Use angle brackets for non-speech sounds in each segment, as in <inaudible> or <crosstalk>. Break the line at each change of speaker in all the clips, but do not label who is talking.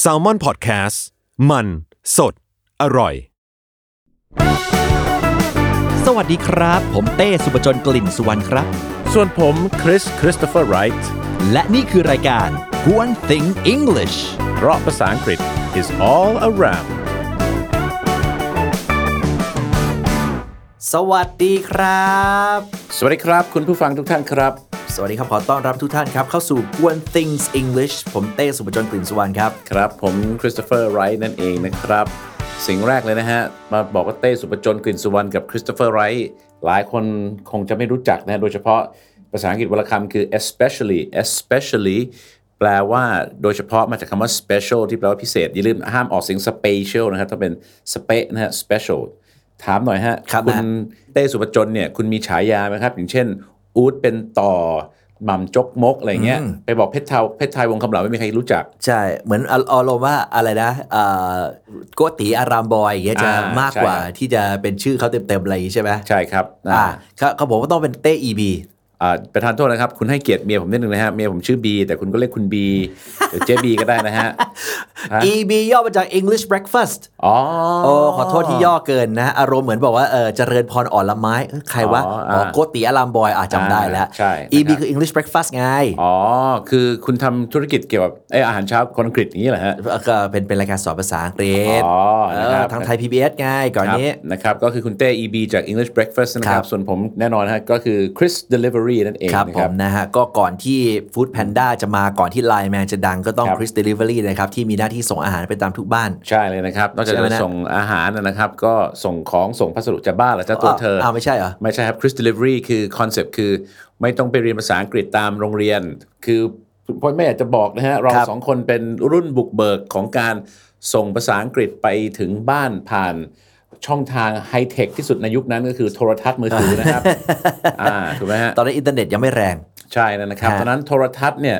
แซลมอนพอดแคสต์มันสดอร่อย
สวัสดีครับ ผมเต้สุปจนกลิ่นสุวรรณครับ
ส่วนผม คริส คริสโตเฟอร์ไรท์
และนี่คือรายการ One Thing English
เพราะภาษาอังกฤษ is all around
สวัสดีครับ
สวัสดีครับ คุณผู้ฟังทุกท่านครับ
สวัสดีครับ ขอต้อนรับทุกท่านครับเข้าสู่ One Things English ผมเต้สุปจนกลิ่นสุวรรณครับ
ครับ ผมคริสโตเฟอร์ไรท์นั่นเองนะครับ สิ่งแรกเลยนะฮะ มาบอกว่าเต้สุปจนกลิ่นสุวรรณกับคริสโตเฟอร์ไรท์หลายคนคงจะไม่รู้จักนะ โดยเฉพาะภาษาอังกฤษวลคำคือ especially especially แปลว่าโดยเฉพาะมาจากคำว่า special ที่แปลว่าพิเศษ อย่าลืมห้ามออกเสียง special นะครับต้องเป็น spe นะฮะ special ถามหน่อยฮะ
ครับ
ณ
นะ
เต้สุปจนเนี่ยคุณมีฉายาไหมครับ อย่างเช่น อูดเป็นต่อหม่ำจกมกอะไรเงี้ยไปบอกเพชรไทยเพชรไทยวงคำเหล่าไม่มีใครรู้จัก
ใช่ เหมือนอารมณ์ว่าอะไรนะเอ่อโกติอารามบอยอย่างเงี้ยจะ
อ่าม
มากกว่า
ใช่ครับ
ที่จะเป็นชื่อเขาเต็มๆอะไรอย่างงี้ใช่ไหม
ใช่ครับ
อ่า
อ่า
เขาเขาบอกว่าต้องเป็นเต้ EB
อ่าประธานโทษนะครับ คุณให้เกียรติเมียผมนิดนึงนะฮะ เมียผมชื่อบี แต่คุณก็เรียกคุณบีหรือเจบีก็ได้นะฮะ ฮะ
EB ย่อมาจาก English Breakfast
อ๋อ
โอ้ขอโทษที่ย่อเกินนะ อารมณ์เหมือนบอกว่าเออเจริญพรอ่อนละไม้เอ้ยใครวะ
อ๋อ
อ๋
อ่า
อโกติอารามบอยอ่ะจำได้แล้ว
อ่าใช่นะครับ
EB คือ English breakfast ไง
อ๋อ คือคุณทำธุรกิจเกี่ยวกับเอ้ยอาหารเช้าคนอังกฤษอย่างนี้เหรอฮะ
ก็เป็นเป็นรายการสอนภาษาอังกฤษ
อ๋อนะครับ
เออทางไทย PBS ไงก่อนนี้
ครับนะครับ ก็คือคุณเต้ EB จาก English Breakfast นะค
ครั
รับ
บ
ส่วนผมแน่นอนฮะ ก็คือ Chris Delivery นั่นเอง
ครับ
นะ
ผ
ครั
ม
บ
นะฮะ ก็ก่อนที่ Food Panda จะมาก่อนที่ Line Man จะดังก็ต้อง
ครับ
Chris Delivery นะครับ ที่มีหน้าที่ส่งอาหารไปตามทุกบ้าน
ใช่เลยนะครับ นอกจาก
ใช่ไหม
จะ
นะ
ส่งอาหารนะครับ ก็ส่งของส่งพัสดุจากบ้านเหรอจ้าตัวเธอ
อ้าวไม่ใช่เหรอ
ไม่ใช่ครับ Chris Delivery คือคอนเซปต์คือไม่ต้องไปเรียนภาษาอังกฤษตามโรงเรียน คือพ่อแม่อยากจะบอกนะฮะ เรา
ครับ
สองคนเป็นรุ่นบุกเบิกของการส่งภาษาอังกฤษไปถึงบ้านผ่านช่องทางไฮเทคที่สุดในยุคนั้นก็คือโทรทัศน์มือถือ
<laughs>
นะครับ อ่าถูกไหมฮะ
ตอนนั้นอินเทอร์เน็ตยังไม่แรง
ใช่แล้วนะครับ
ฮะ
ตอนนั้นโทรทัศน์เนี่ย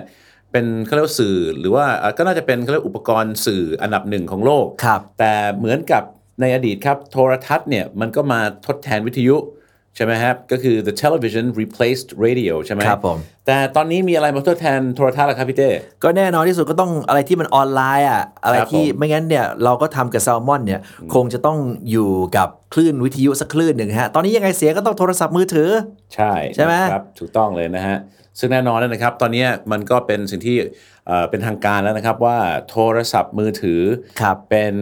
เป็นเขาเรียกว่าสื่อหรือว่าเอ่อก็น่าจะเป็นเขาเรียกอุปกรณ์สื่ออันดับหนึ่งของโลก
ครับ
แต่เหมือนกับในอดีตครับโทรทัศน์เนี่ยมันก็มาทดแทนวิทยุใช่ไหมครับก็คือ the television replaced radio ใช่ไหม
ครับผม
แต่ตอนนี้มีอะไรมาทดแทนโทรทัศน์ล่ะครับพี่เต้
ก็แน่นอนที่สุดก็ต้องอะไรที่มันออนไลน์อ่ะอะไร
ครับ
ที่
ผม
ไม่งั้นเนี่ยเราก็ทำกับแซลมอนเนี่ยคงจะต้องอยู่กับคลื่นวิทยุสักคลื่นหนึ่งฮะ ตอนนี้ยังไงเสียก็ต้องโทรศัพท์มือถือ
ใช่
ใช่ไหม
นะครับถูกต้องเลยนะฮะ ซึ่งแน่นอนแล้วนะครับ ตอนนี้มันก็เป็นสิ่งที่เอ่อเป็นทางการแล้วนะครับว่าโทรศัพท์มือถือ
ครับ
เป็น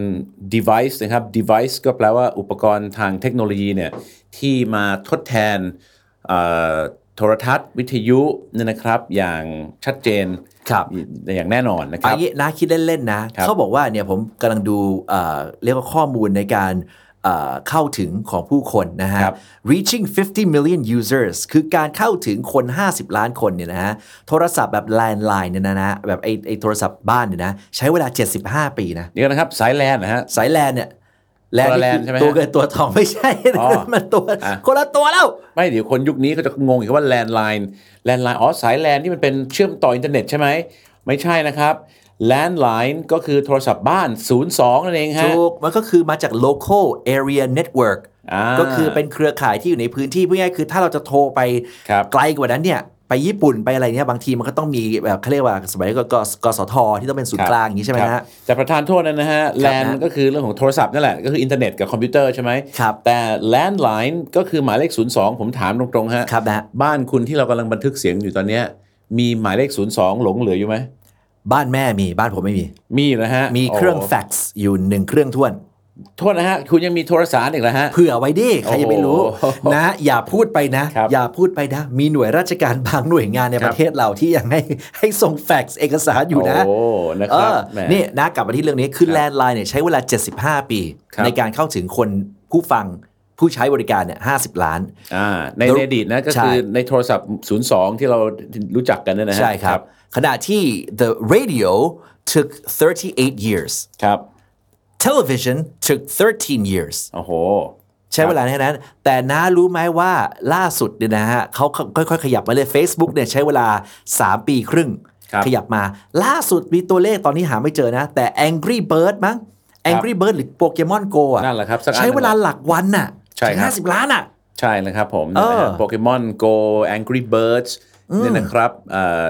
device นะครับ device ก็แปลว่าอุปกรณ์ทางเทคโนโลยีเนี่ยที่มาทดแทนเอ่อโทรทัศน์วิทยุเนี่ยนะครับอย่างชัดเจน
ครับ
อย่างแน่นอนนะค
อั
รับ
นนี้นะคิดเล่นๆนะครับ เขาบอกว่าเนี่ยผมกำลังดูเอ่อเรียกว่าข้อมูลในการเอ่อเข้าถึงของผู้คนนะฮะ
ครับ
reaching 50 million users คือการเข้าถึงคน 50 ล้านคนเนี่ยนะฮะโทรศัพท์แบบ landline เนี่ยนะนะแบบไอ้ไอ้โทรศัพท์บ้านเนี่ยนะใช้เวลา 75 ปีนะ
นี่ก็นะครับสายแลนนะฮะ
สายแลนเนี่ย
คนละแลน
คือ
ใช่ไหม
ตัวเกินตัวทองไม่ใช่
อ๋อ
มันตัว
อ่ะ
คนละตัวแล้ว
ไม่เดี๋ยวคนยุคนี้เขาจะงงอีกว่าแลนด์ไลน์แลนด์ไลน์อ๋อสายแลนที่มันเป็นเชื่อมต่ออินเทอร์เน็ตใช่ไหม ไม่ใช่นะครับแลนด์ไลน์ก็คือโทรศัพท์บ้าน 02 นั่นเองฮะ
ถูก มันก็คือมาจาก local area network
อ่า
ก็คือเป็นเครือข่ายที่อยู่ในพื้นที่พูดง่ายๆคือถ้าเราจะโทรไป
ครับ
ไกลกว่านั้นเนี่ย ไปญี่ปุ่นไปอะไรเนี่ยบางทีมันก็ต้องมีแบบเขาเรียกว่าสมัยก็กสทที่ต้องเป็นศูนย์
ครับ
กลางอย่างนี้ใช่ไหม
ครั
ฮะ
บแต่ประธานโทษนะฮะ
ค
แล
รับ
นก็คือเรื่องของโทรศัพท์นั่นแหละ ก็คืออินเทอร์เน็ตกับคอมพิวเตอร์ใช่ไหม
ครับ
แต่แลนด์ไลน์ก็คือหมายเลข 02 ผมถามตรงๆฮะ
ครับนะ
บ้านคุณที่เรากำลังบันทึกเสียงอยู่ตอนเนี้ยมีหมายเลข 02 หลงเหลืออยู่ไหม
บ้านแม่มีบ้านผมไม่มี
มีอยู่นะฮะ
มีเครื่อง
โ
แฟกซ์อยู่หนึ่งเครื่องท้วน
โทษนะฮะคุณยังมีโทรสารอีกเหรอฮะ
เผื่อไว้ดิใครจะไปรู้
โอ้โห
นะอย่าพูดไปนะ
ครับ
อย่าพูดไปนะ มีหน่วยราชการบางหน่วยงานใน
ครับ
ประเทศเราที่ยังให้ <laughs> ให้ส่งแฟกซ์เอกสารอยู่นะ
โอ้นะ
เอ
ครับ
อ
แหม
นี่นะกลับมาที่เรื่องนี้คือแลนด์ไลน์เนี่ยใช้เวลา 75 ปี
ครับ
ในการเข้าถึงคนผู้ฟังผู้ใช้บริการเนี่ย50 ล้าน
อ่าใน
แล้ว
ในอดีตนะก็
ใช่
คือในโทรศัพท์ 02 ที่เรารู้จักกันเนยนะฮะ
ใช่ครับ ขณะที่ the radio took 38 years
ครับ
television took 13 years
โอ้โห
ใช้เวลาแค่นั้น แต่น้ารู้ไหมว่าล่าสุดเนี่ยนะฮะเขาค่อยๆ ขยับมาเลย Facebook เนี่ยใช้เวลา 3 ปีครึ่ง
ครับ
ขยับมา ล่าสุดมีตัวเลขตอนนี้หาไม่เจอนะ แต่ Angry Bird มั้ง Angry Bird หรือโปเกมอนโกอ่ะ
นั่นแหละครับสักอัน
ใช้เวลาหลักวันน่ะ
ใช่ครับ
ห้าสิบล้านอ่ะ
ใช่นะครับผม
เออ
โปเกมอน Go Angry Birds เนี่ยนะครับเอ่อ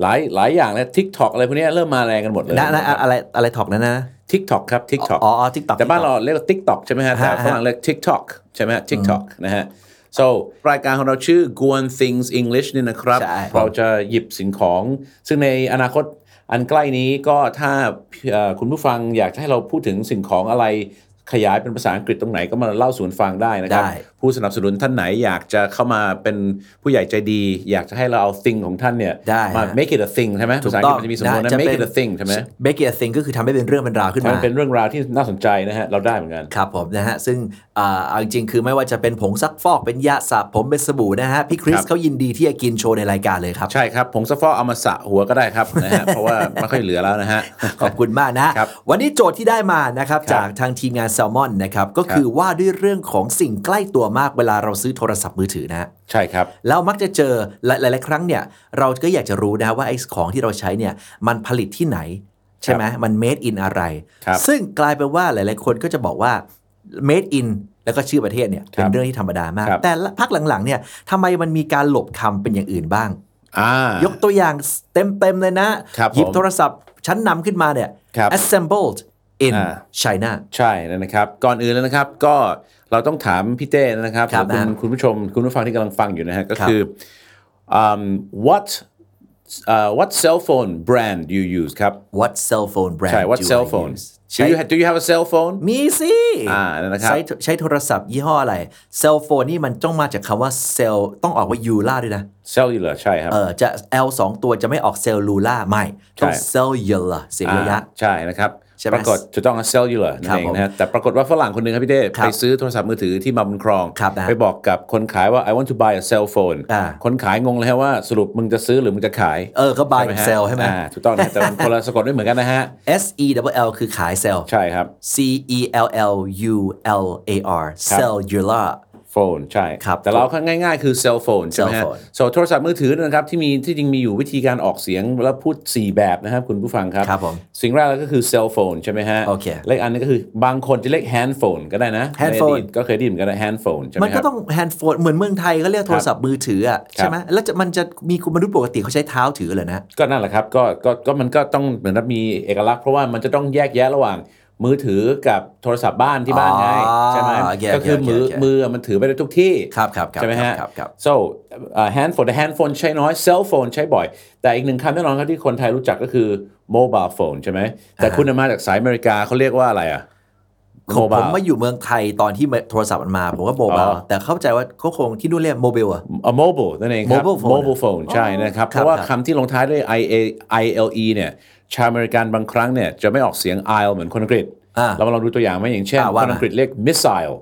หลายหลายอย่างนะ TikTok อะไรพวกเนี้ยเริ่มมาแรงกันหมดเลย
นะนะอะอะไรอะไรถอกนั้นนะ
ทิกทอกครับ TikTok
อ๋ออ๋อ TikTok
แต่บ้านเราเรียกว่า TikTok ใช่ไหมฮะแต่
ฮะฮะ
ฝรั่งเรียก TikTok ใช่ไหมฮะ TikTok นะฮะ so รายการของเราชื่อ Guan Things English นี่นะครับ
ใช่
เราจะหยิบสิ่งของ ซึ่งในอนาคตอันใกล้นี้ก็ถ้าเอ่อคุณผู้ฟังอยากจะให้เราพูดถึงสิ่งของอะไรขยายเป็นภาษาอังกฤษตรงไหนก็มาเล่าสู่กันฟังได้นะครับ
ได้
ผู้สนับสนุนท่านไหนอยากจะเข้ามาเป็นผู้ใหญ่ใจดี อยากจะให้เราเอา thing ของท่านเนี่ย
ได้
มา
ฮะ
make it a thing ใช่ไหมภาษาอังกฤษมันจะมีสำนวนนะ
จะ
make
เป็น
it a thing ใช่ไหม
make it a thing ก็คือทำให้เป็นเรื่องเป็นราวขึ้น
ถ้า
มา
มันเป็นเรื่องราวที่น่าสนใจนะฮะเราได้เหมือนกัน
ครับผมนะฮะ ซึ่งเอ่อเอาจริงๆคือไม่ว่าจะเป็นผงซักฟอกเป็นยาสระผมเป็นสบู่นะฮะ พี่คริ
ค
ส
รับ
เขายินดีที่จะกินโชว์ในรายการเลยครับ
ใช่ครับ ผงซักฟอกเอามาสระหัวก็ได้ครับ <laughs> นะฮะ เพราะว่าไม่ค่อยเหลือแล้วนะฮะ <laughs>
ขอบคุณมากนะฮะ
ครับ
วันนี้โจทย์ที่ได้มานะครับ
ครับ
จากทางทีมงานแซลมอนนะครับก็คือว่าด้วยเรื่องของสิ่งใกล้ตัวมากเวลาเราซื้อโทรศัพท์มือถือนะฮะ
ใช่ครับ
แล้วมักจะเจอหลายๆครั้งเนี่ยเราก็อยากจะรู้นะว่าไอ้ของที่เราใช้เนี่ยมันผลิตที่ไหน ใช่ไหมมัน made in อะไร
ครับ
ซึ่งกลายเป็นว่าหลายๆคนก็จะบอกว่า made in แล้วก็ชื่อประเทศเนี่ยเป็
ครั
น
บ
เรื่องที่ธรรมดามาก
ครับ
แต่ละพักหลังๆเนี่ยทำไมมันมีการหลบคำเป็นอย่างอื่นบ้าง
อ่า
ยกตัวอย่างเต็ม ๆ เลยนะ
ครับ
หยิบ
ผม
โทรศัพท์ชั้นนำขึ้นมาเนี่ย
ครับ
assembled in
อ่า
China
ใช่แล้วนะครับ ก่อนอื่นแล้วนะครับ ก็เราต้องถามพี่เต้นะครับ
ครับ
หอ
นะ
คุณคุณผู้ชม คุณผู้ฟังที่กำลังฟังอยู่นะฮะ ก็
ครับ
คืออืม what uh, what cell phone brand do you use ครับ
what cell phone brand
ใช่ what
do I
cell phone
use?
do
ใช้
you have do you have a cell phone
มีสิ
อ่านั่นนะครับ
ใช้ใช้โทรศัพท์ยี่ห้ออะไร cell phone นี่มันต้องมาจากคำว่า cell ต้องออกว่า ula ด้วยนะ
cellular ใช่ครับ
เออจะ l สองตัวจะไม่ออก cellula ไม่ ต้อง
ใช่
cellular เสียงระยะ
อ่าใช่นะครับ
ใช่ไหม
ปรากฏถูกต้องเซลยูเลอร์นั่นเองนะฮะแต่ปรากฏว่าฝรั่งคนหนึ่งครับพี่เต้
ครับ
ไปซื้อโทรศัพท์มือถือที่มาบุญครอง
ครับนะ
ไปบอกกับคนขายว่า I want to buy a cell phone
อ่า
คนขายงงเลยฮะว่าสรุปมึงจะซื้อหรือมึงจะขาย
เออก็ buy
ใช่ไหม
and
ฮะ
sell ใช่ไหม
อ่าถูกต้องนะแต่มันคนละสะกดไม่เหมือนกันนะฮะ
s e double l คือขาย cell
ใช่ครับ
c e l l u l a r
ครับ
cellular
โฟนใช่
ครับ
แต่เราค่อนง่ายๆ คือเซลโฟนใช่ไหมฮะ
cell phone
โซโทรศัพท์มือถือนะครับที่มีที่จริงมีอยู่วิธีการออกเสียงและพูด 4 แบบนะครับคุณผู้ฟังครับ
ครับผม
สิ่งแรกก็คือเซลโฟนใช่ไหมฮะ
โอเค
และอีกอันนึงก็คือบางคนจะเรียกแฮนด์โฟนก็ได้นะ
handphone
ใอดีตก็เคยได้ยินเหมือนกันนะแฮนด์โฟนใช่ไหม
มัน
ค
ก็
รับ
ต้องแฮนด์โฟนเหมือนเมืองไทยก็เรียกโทรศัพท์มือถืออ่ะใช่ไหมแล้วจะมันจะมีคุณมนุษย์ปกติเขาใช้เท้าถือเหรอนะ
ก็นั่นแหละครับก็ก็ก็มันก็ต้องเหมือนกับมีเอกลักษณ์เพราะว่ามันจะต้องแยกแยะระหว่างมือถือกับโทรศัพท์บ้านที่บ้านไง
อ๋อ
ใช่ไหม
โอเค
ก็คือ
โอเค
มือ
โอเค
มือมันถือไปได้ทุกที่
ครับครับครับ
ใช่ไหมฮะ
ครับครับ
so uh, handphone the handphone ใช้น้อย cell phone ใช้บ่อย แต่อีกหนึ่งคำแน่นอนครับที่คนไทยรู้จักก็คือ mobile phone ใช่ไหมแต่คุณน่ะมาจากสายอเมริกาเขาเรียกว่าอะไรอ่ะ
ผมผม
mobile
มาอยู่เมืองไทยตอนที่โทรศัพท์มันมาผมก็โมบา
อ๋
ย
อ
แต่เข้าใจว่าเขาคงที่นู่นเรียกโมบิลอะ
a mobile นั่นเองครับ
Mobile phone
mobile phone ใช่นะครับ
ครับ
เพราะว่า
ครับ
คำที่ลงท้ายด้วย i a i l e เนี่ย ชาวอเมริกันบางครั้งเนี่ย จะไม่ออกเสียง isle เหมือนคนอังกฤษ
อ่า
เรามาลองดูตัวอย่างไหมอย่างเช่น
อ่า
ค
ว่ามา
นอังกฤษเรียก missile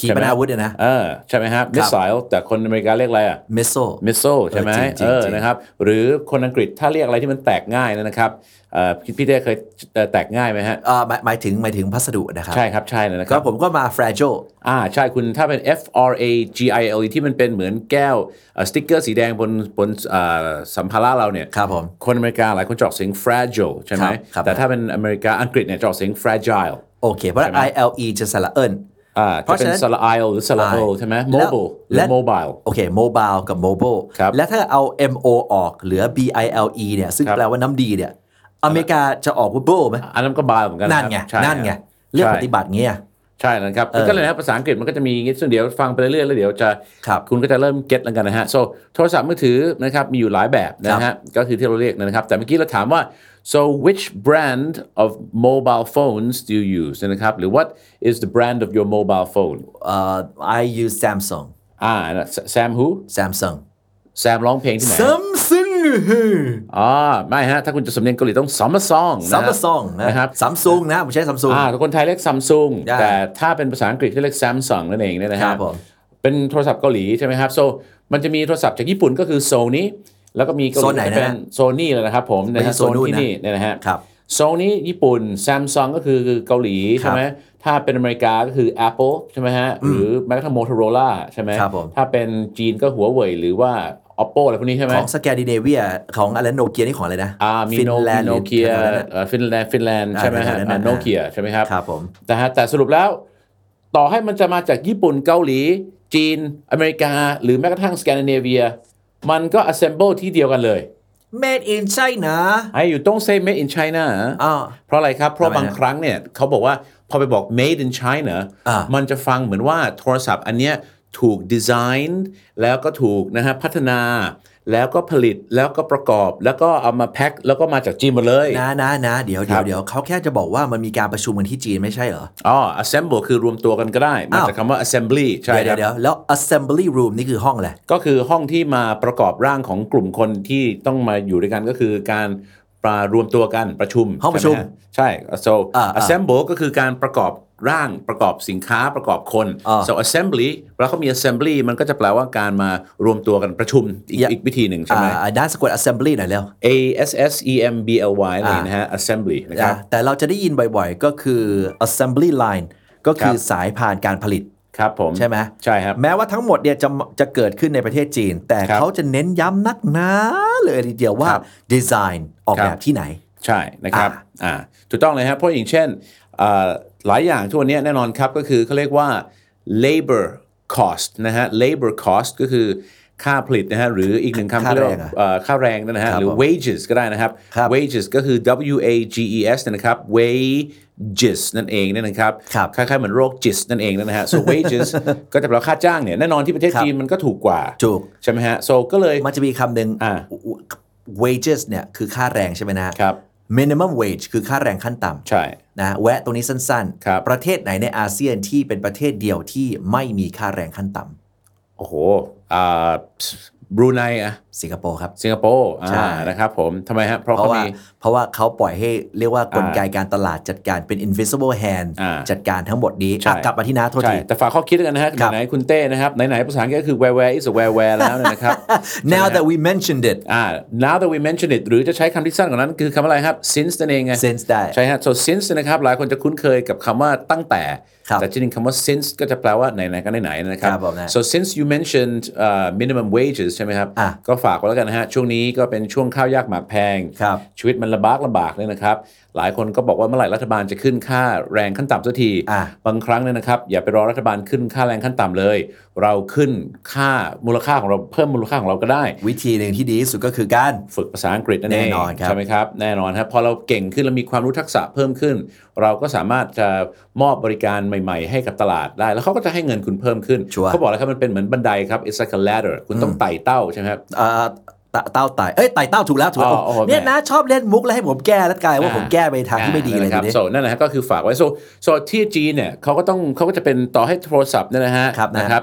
ขีปนาวุธเนี่ยนะ
เออใช่ไหมครับ missile แต่คนอเมริกาเรียกอะไรอ่ะ
เมโซ
missile ใช่ไหม
เออจริงจริง
เออ
จริง
นะครับ หรือคนอังกฤษถ้าเรียกอะไรที่มันแตกง่ายนะครับเอ่อพี่พี่เต้เคยเอ่อแตกง่ายไหมฮะ
อ่าหมายหมายถึงหมายถึงพัสดุนะครับ
ใช่ครับใช่เลยนะค
ก็
รับ
ผมก็มาแฟร g i l
อ่าใช่คุณถ้าเป็น F R A G I L E ที่มันเป็นเหมือนแก้วเอ่อสติ๊กเกอร์สีแดงบนบนอ่าสัมภาระเราเนี่ย
ครับผม
คนอเมริกาหลายคนจะออกเสียง fragile ใช่ไหม
ครับครับ
แต่ถ้าเป็นอเมริกาอังกฤษเนี่ยจะออกเสียง fragile
โอเค เพราะ I L E จะสระเอิญ
อ่า
เพ
จะ
ราะ
เป็
ฉะ
น
นั้น
สระ i l หรือสระ o ใช่ไหม mobile หรือ mobile
โอเค mobile กับ mobile
ครับ
และถ้าเอา M O ออกเหลือ B I L E เนี่ยซึ่ง
ครับ
แปลว่าน้ำดีเนี่ยอเมริกาจะออกว่า bull ไหม
อันนั้นก็บายเหมือนกัน
นั่น
ครับ
ไง
ใช่
นั่นไง
ครับ
เรื่อง
ใช่
ปฏิบัติเงี้ย
ใช่แล้วนะครับ
เออ
ก็เลยนะครับภาษาอังกฤษมันก็จะมีอย่างงี้ซึ่งเดี๋ยวฟังไปเรื่อยๆแล้วเดี๋ยวจะ
ครับ
ณก็จะเริ่มเก็ตแล้วกันนะฮะ so โทรศัพท์มือถือนะครับมีอยู่หลายแบบนะฮะก็คือที่เราเรียกนะครับ แต่เมื่อกี้เราถามว่า so which brand of mobile phones do you use นะครับ หรือ what is the brand of your mobile phone
่อ I use Samsung
อ่านะ Sam who
Samsung
Sam ร้องเพลงที่ไหน <laughs>
Samsung
อ๋อไม่ฮะ ถ้าคุณจะสำเนียงเกาหลีต้อง Samsung นะฮะ
Samsung นะ
นะ
ค
ค
รั
รั
บบ ซัมซุงนะผมใช้ Samsung
อ่าแต่คนไทยเรียกซัมซุง
ได้
แต่ถ้าเป็นภาษาอังกฤษเขาเรียก Samsung นั่นเองเนี่ยนะ
ครั
ฮะ
บผม
เป็นโทรศัพท์เกาหลีใช่ไหมครับ so มันจะมีโทรศัพท์จากญี่ปุ่นก็คือโซนี่แล้วก็มีเกาห
โซ
ลี
นไหนนะ
ก็เป็นโซนี่เลยนะครับผม
ไม่ใช่
นะฮะโซน
Sony
ที่
นะ
นี่เนี่ยนะฮะ
ครับ
โซนี่ญี่ปุ่น Samsung ก็คือเกาหลี
ครั
ใช่
บ
ไหมถ้าเป็นอเมริกาก็คือ Apple ใช่ไหมฮะหรือแม้กระทั่ง Motorola ใช่ไหม
ครับผม
ถ้าเป็นจีนก็หัวเว่ยหรือว่า Oppo อะไรพวกนี้ใช่ไหม
ของสแกนดิเนเวียของอะไรโนเกียนี่ของอะไรนะ
อ่ามี
ฟิ
โน
แลนด์
โนเกีย
หรือแถวๆนั้นน่ะ
ฟินแลนด์ฟินแลนด์
อ่า
ใช่ไหมฮะ
แถวๆนั้นน่ะ
โนเกียใช่ไหมครับ
ครับผม
นะฮะแต่สรุปแล้ว ต่อให้มันจะมาจากญี่ปุ่นเกาหลี จีน อเมริกา หรือแม้กระทั่งสแกนดิเนเวีย มันก็ assemble ที่เดียวกันเลย
made in China
ไอ้อยู่ต้อง say made in China เหรอ
อ้าว
เพราะอะไรครับ เพราะบาง
ทำไมฮะ
ครั้งเนี่ยเขาบอกว่าพอไปบอก made in China
อ่ามั
มันจะฟังเหมือนว่าโทรศัพท์อันเนี้ยถูกดีไซน์แล้วก็ถูกนะฮะพัฒนา แล้วก็ผลิตแล้วก็ประกอบ แล้วก็เอามาแพ็คแล้วก็มาจากจีนหมาเลย
นะนะนะเดี๋ยว
ครั
เดี๋ยว
บ
เดี๋ยวเขาแค่จะบอกว่ามันมีการประชุมกันที่จีนไม่ใช่เหรอ
อ๋อ assemble คือรวมตัวกันก็ได้ มา
อ้าว
จากคำว่า assembly ใช่
เดี๋ยว
ค
เดี๋
รั
ยวเดี๋ยว
บ
แล้ว assembly room นี่คือห้องแหละ
ก็คือห้องที่มาประกอบร่างของกลุ่มคนที่ต้องมาอยู่ด้วยกันก็คือการปรารวมตัวกันประชุม
ห้องประชุม
ใไหฮ ใช่ so
อ่าอ่า
assemble ก็คือการประกอบร่างประกอบสินค้าประกอบคน
อ่า
so assembly แล้วเขามี assembly มันก็จะแปลว่าการมารวมตัวกันประชุมอีก
อย่า
อีกวิธีหนึ่งใช่ไหม
อ่าด้านสะกด assembly หน่อยแล้ว
A S S E M B L Y อะไรนะฮะ assembly นะครับ
นะแต่เราจะได้ยินบ่อยๆ ก็คือ assembly line ก็คือ
ครับ
สายผ่านการผลิต
ครับผม
ใช่ไหม
ใช่ครับ
แม้ว่าทั้งหมดเนี่ยจะจะเกิดขึ้นในประเทศจีน แต่
ครับ
เขาจะเน้นย้ำนักหนาเลยทีเดียวว่า
ครับ
ดีไซน์ออก
ครับ
แบบที่ไหน
ใช่นะครับอ่าถูกต้องเลยฮะเพราะอย่างเช่นอ่าหลายอย่างทั่วนนี้แน่นอนครับก็คือเขาเรียกว่า labor cost นะฮะ labor cost ก็คือค่าผลิตนะฮะหรืออีกหนึ่งคำ
ค่า
เขาเรียก
แรง
ว่า
อะ
เอ่อค่าแรงนะฮะ
ครับ
หรือ
ผม
wages ก็ได้นะครับ
ครับ
wages ก็คือ W A G E S นะครับ wages นั่นเองเนยนะครับ
ครับ
คล้ายๆเหมือนโรคจิสนั่นเองนะฮะ so wages <laughs> ก็จะแปลว่าค่าจ้างเนี่ยแน่นอนที่ประเทศ
ครับ
จีนมันก็ถูกกว่า
ถูก
ใช่ไหมฮะ so ก็เลย
มันจะมีคำหนึ่ง
อ่า
wages เนี่ยคือค่าแรงใช่ไหมนะ
ครับ
minimum wage คือค่าแรงขั้นต่ำ
ใช่
นะแวะตรงนี้สั้น
ครับ
ประเทศไหนในอาเซียนที่เป็นประเทศเดียวที่ไม่มีค่าแรงขั้นต่ำ
โอ้โหอ่าบรูไนอะ
สิงคโปร์ครับ
สิงคโปร์อ่า
ใช่
นะครับผมทำไมฮะ เพราะ
เพ
เขา
ราะว่า
มี
เพราะว่าเขาปล่อยให้เรียกว่ากล
อ่า
ไกการตลาดจัดการเป็น invisible hand
อ่า
จัดการทั้งหมดนี้
ใช่
อ่ะกลับมาที่น้าโทษ
ใช่
ที
แต่ฝากข้อคิดแล้วกันนะฮะ
ครับ
ไหนๆคุณเต้นะครับ ไหนๆภาษาอังกฤษก็คือ where where is a where where แล้วเนี่ย
<laughs>
นะครับ
<laughs> now
ใช่ไหม
that
ฮะ
we mentioned it
อ่า now that we mention it หรือจะใช้คำที่สั้นกว่านั้นคือคำอะไรครับ since นั่นเองไง
since ได้
ใช่ฮะ so since นะครับหลายคนจะคุ้นเคยกับคำว่าตั้งแต่
ครับ
แต่จริงๆคำว่า since ก็จะแปลว่าไหนๆก็ไหนๆนะครับ
ครับผมนะ
so since you mentioned uh, minimum wages ใช่ไหมครับ
อ่ะ
ก็ฝากไว้แล้วกันนะฮะ ช่วงนี้ก็เป็นช่วงข้าวยากหมากแพง
ครับ
ชีวิตมันลำบากลำบากเลยนะครับ หลายคนก็บอกว่าเมื่อไหร่รัฐบาลจะขึ้นค่าแรงขั้นต่ำสักที
อ่ะ
บางครั้งเนี่ยนะครับ อย่าไปรอรัฐบาลขึ้นค่าแรงขั้นต่ำเลย เราขึ้นค่ามูลค่าของเราเพิ่มมูลค่าของเราก็ได้
วิธีหนึ่งที่ดีที่สุดก็คือการ
ฝึกภาษาอังกฤษนั่นเอง
แน่นอนครับ
ใช่ไหมครับแน่นอนครับพอเราเก่งขึ้นเรามีความรู้ทักษะเพิ่มขึ้น เราก็สามารถจะมอบบริการใหม่ ๆ ให้กับตลาดได้ แล้วเขาก็จะให้เงินคุณเพิ่มขึ้น
ชัวร์
เขาบอกแล้วครับมันเป็นเหมือนบันไดครับ it's like a ladder คุณต้องไต่เต้าใช่ไหมครับ
เอ่อตเต้าไต่เอ้ยไต่เต้าถูกแล้วถูกแล้ว
อ๋อโอ้โหแม่
เนี่ยนะชอบเล่นมุกแล้วให้ผมแก้แล้วกลายว่าผมแก้ไปทางที่ไม่ดีเลย
อ่านะครับ
ทีนี้
โซนั่นแหละฮะก็คือฝากไว้โซโซที่จีนเนี่ยเขาก็ต้องเขาก็จะเป็นต่อให้โทรศัพท์เนี่ยนะฮะ
ครับนะ
นะครับ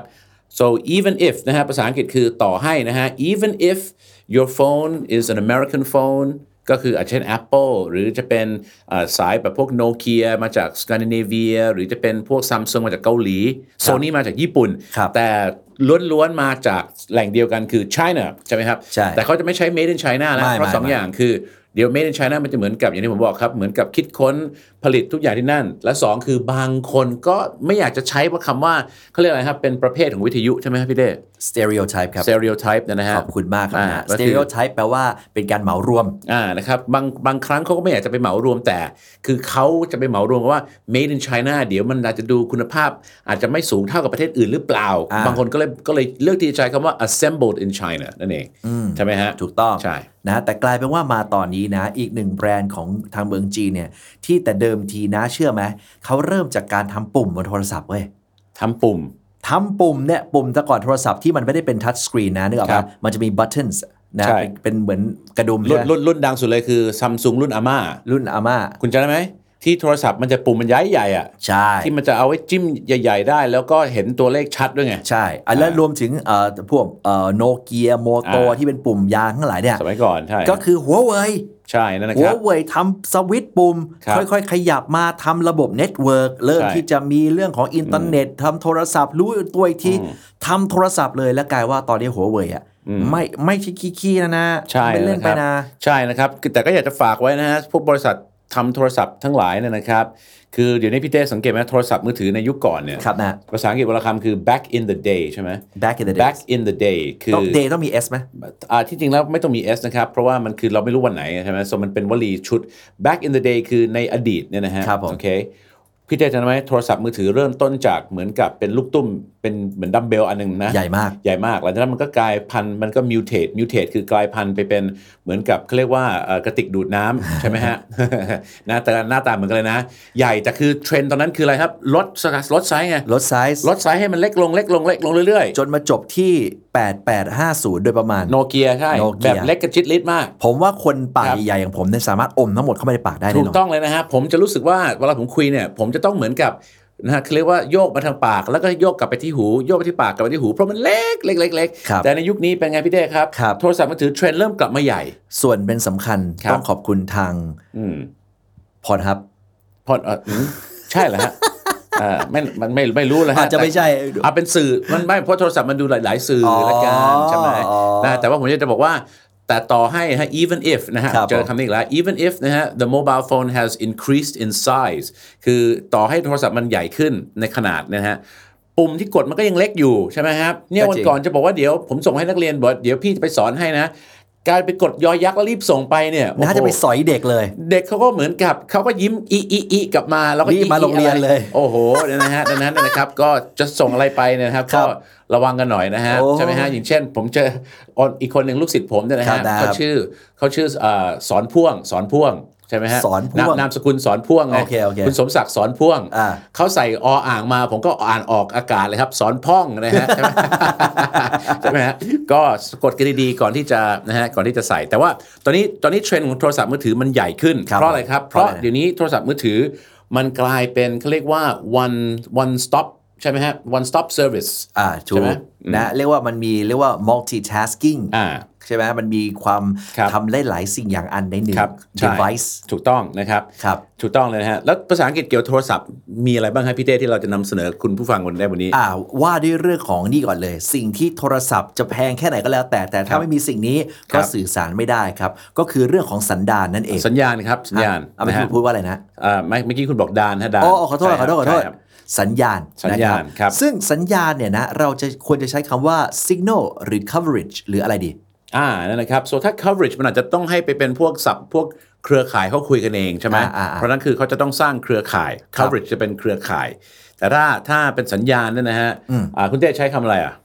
so even if นะฮะภาษาอังกฤษคือต่อให้นะฮะ even if your phone is an American phone ก็คืออาจจะเช่น Apple หรือจะเป็นเอ่อสายแบบพวกโนเกียมาจากสแกนดิเนเวียหรือจะเป็นพวกซัมซุงมาจากเกาหลีโซนี่มาจากญี่ปุ่น
ครับ
แต่ล้วนๆมาจากแหล่งเดียวกันคือ China ใช่ไหมครับ
ใช่
แต่เขาจะไม่ใช้ made in China นะ
ไม่
เพราะ
ไม่
สอง
ไม่
อย่าง อย่างคือเดี๋ยว made in China มันจะเหมือนกับอย่างที่ผมบอกครับ เหมือนกับคิดค้นผลิตทุกอย่างที่นั่น และสองคือบางคนก็ไม่อยากจะใช้ว่าคำว่าเขาเรียกอะไรครับ เป็นประเภทของวิทยุใช่ไหมครับพี่เด้
stereotype ครับ
stereotype เนี่ยนะฮะ
ขอบคุณมากครับนะ
ก็คือ
stereotype แปลว่าเป็นการเหมารวม
อ่านะครับบางบางครั้งเขาก็ไม่อยากจะไปเหมารวมแต่ คือเขาจะไปเหมารวมว่า made in China เดี๋ยวมันอาจจะดูคุณภาพ อาจจะไม่สูงเท่ากับประเทศอื่นหรือเปล่า
อ่า
บางคนก็เลยก็เลยเลือกที่จะใช้คำว่า assembled in China นั่นเองใช่ไหมฮะ
ถูกต้อง
ใช่
นะแต่กลายเป็นว่ามาตอนนี้นะ อีกหนึ่งแบรนด์ของทางเมืองจีนเนี่ย ที่แต่เดิมทีนะเชื่อไหมเขาเริ่มจากการทำปุ่มบนโทรศัพท์เว้ย
ทำปุ่ม
ทำปุ่มเนี่ย ปุ่มแต่ก่อนโทรศัพท์ที่มันไม่ได้เป็นทัชสกรีนนะนึกออก
ครั
ปะ
บ
มันจะมีบัตเทิลส์นะ
ใช่
เป็นเป็นเหมือนกระดุม
รุ่น
ใช่ไหม
รุ่นรุ่นดังสุดเลยคือ Samsung รุ่นอาม่า
รุ่นอาม่า
คุณจำได้ไหม ที่โทรศัพท์มันจะปุ่มมันใหญ่ใหญ่ๆอะ
ใช่
ที่มันจะเอาไว้จิ้มใหญ่ ๆ ได้ แล้วก็เห็นตัวเลขชัดด้วยไง
ใช่อ่ะแล้วรวมถึงเอ่อพวกเอ่อโนเกียโมโต
อ่า
ที่เป็นปุ่มยางทั้งหลายเนี่ย
สมัยก่อน ใช่
ก็คือหัวเว่ย
ใช่นั่นนะค
หัว
รับ
เว่ยทำสวิตช์ปุ่ม
ครับ
ค่อยๆ ขยับมาทำระบบเน็ตเวิร์กเริ่ม
ใช่
ที่จะมีเรื่องของอินเทอร์เน็ตทำโทรศัพท์รู้ตัวอีกทีทำโทรศัพท์เลยแล้วกลายว่าตอนนี้หัวเว่ยอ่ะไม่ไม่ใช่ขี้ๆนะนะ
ใช่
ไม่เล่น
นะค
ไป
รับ
นะ
ใช่นะครับคือแต่ก็อยากจะฝากไว้นะฮะพวกบริษัททำโทรศัพท์ทั้งหลายเนี่ยนะครับ คือเดี๋ยวนี้พี่เต้สังเกตไหมโทรศัพท์มือถือในยุคก่อนเนี่ย
ครับนะ
ภาษาอังกฤษวรคำคือ back in the day ใช่ไหม
back in the day
back in the day คือ
ต้อง day ต้องมี S ไหม
อ่าที่จริงแล้วไม่ต้องมี S นะครับ เพราะว่ามันคือเราไม่รู้วันไหนใช่ไหมส่วนมันเป็นวลีชุด back in the day คือในอดีตเนี่ยนะฮะ
ครับผม
โอเคพี่เต้จำได้ไหมโทรศัพท์มือถือเริ่มต้นจากเหมือนกับเป็นลูกตุ้ม เป็นเหมือนดัมเบลอันหนึงนะ
ใหญ่มาก
ใหญ่มาก แล้วจากนั้นมันก็กลายพันธุ์มันก็มิวเท e มิวเท e คือกลายพันธุ์ไปเป็นเหมือนกับเขาเรียกว่าเอ่อกระติกดูดน้ำ ใช่ไหมฮะ <laughs> หน้าตาหน้าตาเหมือนกันเลยนะ ใหญ่แต่คือเทรนด์ตอนนั้นคืออะไรครับลดสกัดลดไซส์ไง
ลดไซส์
ลดไซส์ให้มันเล็กลงเล็กลงเล็กลงเรื่อย
จนมาจบที่ 8850 โดยประมาณ
ๆโนเกียใช่
Nokia
แบบเล็กกระจิตลิดมาก
ผมว่าคนปาก
ครับ
ใหญ่ๆอย่างผมเนี่ยสามารถอมทั้งหมดเข้าไปในปากได้แน่
ถู
น
ก
อน
ต้องเลยนะฮะผมจะรู้สึกว่าเวลาผมคุยเนี่ย ผมจะต้องเหมือนกับนะฮะเขาเรียกว่าโยกมาทางปากแล้วก็โยกกลับไปที่หูโยกไปที่ปากกลับไปที่หูเพราะมันเล็กเล็กเล็กเล็ก
ครับ
แต่ในยุคนี้เป็นไงพี่เต้ครับ
ครับ
โทรศัพท์มือถือเทรนด์เริ่มกลับมา
<laughs>
ใหญ่
ส่วนเป็นสำคัญ
ครับ
ต้องขอบคุณทาง
อืม
พอครับ
พอดเอ่ออืมใช่เหรอฮะเอ่อไม่มันไม่ไม่รู้แล้วฮะ
อาจจะไม่ใช่
แต่เอาเป็นสื่อมันไม่เพราะโทรศัพท์มันดูหลาย ๆ สื่ออ
อ
ละกันใช่ไหม
อ๋อ
นะแต่ว่าผมจะบอกว่า แต่ต่อให้ฮะ even if นะฮะ
ครับ
เจอคำนี้อีกแล้ว even if นะฮะ the mobile phone has increased in size คือต่อให้โทรศัพท์มันใหญ่ขึ้นในขนาดนะฮะปุ่มที่กดมันก็ยังเล็กอยู่ใช่ไหมครับเนี่ย
ก็
วัน
จริง
ก่อนจะบอกว่าเดี๋ยวผมส่งให้นักเรียนบอกเดี๋ยวพี่จะไปสอนให้นะ การไปกดยอยักษ์แล้วรีบส่งไปเนี่ยโอ้โห
น่าจะไปสอยเด็กเลย
เด็กเขาก็เหมือนกับเขาก็ยิ้มอีอีอีกลับมาแล้วก็
รีบมา
อิอิ
โรงเรียน
อะไร
เลย
โอ้โหเนี่ยนะฮะดังนั้นนะครับ ก็จะส่งอะไรไปเนยนะครับ
ครั
ก็
บ
ระวังกันหน่อยนะฮะ
โอ้
ใช่ไหมฮะอย่างเช่น ผมเจออ่อนอีกคนหนึ่งลูกศิษย์ผมเนี่ยนะ
ครั
ฮะ
บได้
เขาชื่อเขาชื่อเอ่อสอนพ่วงสอนพ่วงใช่ไหมฮะ
สอนพ่วง
ามนามสกุลสอนพ่วงไง
โอเคโอเค
คุณสมศักดิ์สอนพ่วง
อ่า
เขาใส่ออ่างมาผมก็อ่านออกอากาศเลยครับ สอนพ่องนะ <laughs> ฮะใช่ไหม ใช่ไหมฮะก็สะกดกันดีๆก่อนที่จะนะฮะก่อนที่จะใส่แต่ว่าตอนนี้ตอนนี้เทรนด์ของโทรศัพท์มือถือมันใหญ่ขึ้น
ครับ
เพราะอะไรครับ
เพ
เพ
ราะ
ราะ
อะไร
เดี๋ยวนี้โทรศัพท์มือถือมันกลายเป็นเขาเรียกว่า one one stop ใช่ไหมฮะ one stop service
่าถู
ใช่
ก
ไหม
นะเรียกว่ามันมีเรียกว่า multitasking
อ่า
ใช่ไหมมันมีความ
ครับ
ทำได้หลายสิ่งอย่างอันในหนึ่ง
ครับใช่
device
ถูกต้องนะครับ
ครับ
ถูกต้องเลยนะฮะ แล้วภาษาอังกฤษเกี่ยวโทรศัพท์มีอะไรบ้างครับพี่เต้ที่เราจะนำเสนอคุณผู้ฟังคนได้วันนี้
อ่าว่าด้วยเรื่องของนี่ก่อนเลย สิ่งที่โทรศัพท์จะแพงแค่ไหนก็แล้วแต่แต่
ครั
ถ้า
บ
ไม่มีสิ่งนี้
ครั
ก็
บ
สื่อสารไม่ได้ครับ ก็คือเรื่องของสันดานนั่นเอง
สัญญาณครับสัญญาณ
อ่ะไม่
นะ
คุณ
ฮะ
พูดว่าอะไรนะ
อ่าไม่เมื่อกี้คุณบอกดานฮะดาน
อ๋ออ๋อขอโทษ
ใช่
ข
ค
อ
รับ
โทษขอโทษ
ใช่ครับ
สัญญาณ
สัญญาณ
ะ
ครับ
ซึ่งสัญญาณเนี่ยนะเราจะควรจะใช้คำว่า signal หรือ coverage หรืออะไรดี
อ่านั่นนะครับ so ถ้า coverage มันอาจจะต้องให้ไปเป็นพวกศัพท์พวกเครือข่ายเขาคุยกันเองใช่ไหม
อ่าอ่าอ่า
เพราะนั้นคือเขาจะต้องสร้างเครือข่าย
ครับ
coverage จะเป็นเครือข่าย แต่ถ้าถ้าเป็นสัญญาณเนี่ยนะฮะอ่าคุณเต้ใช้คำอะไรอ่ะ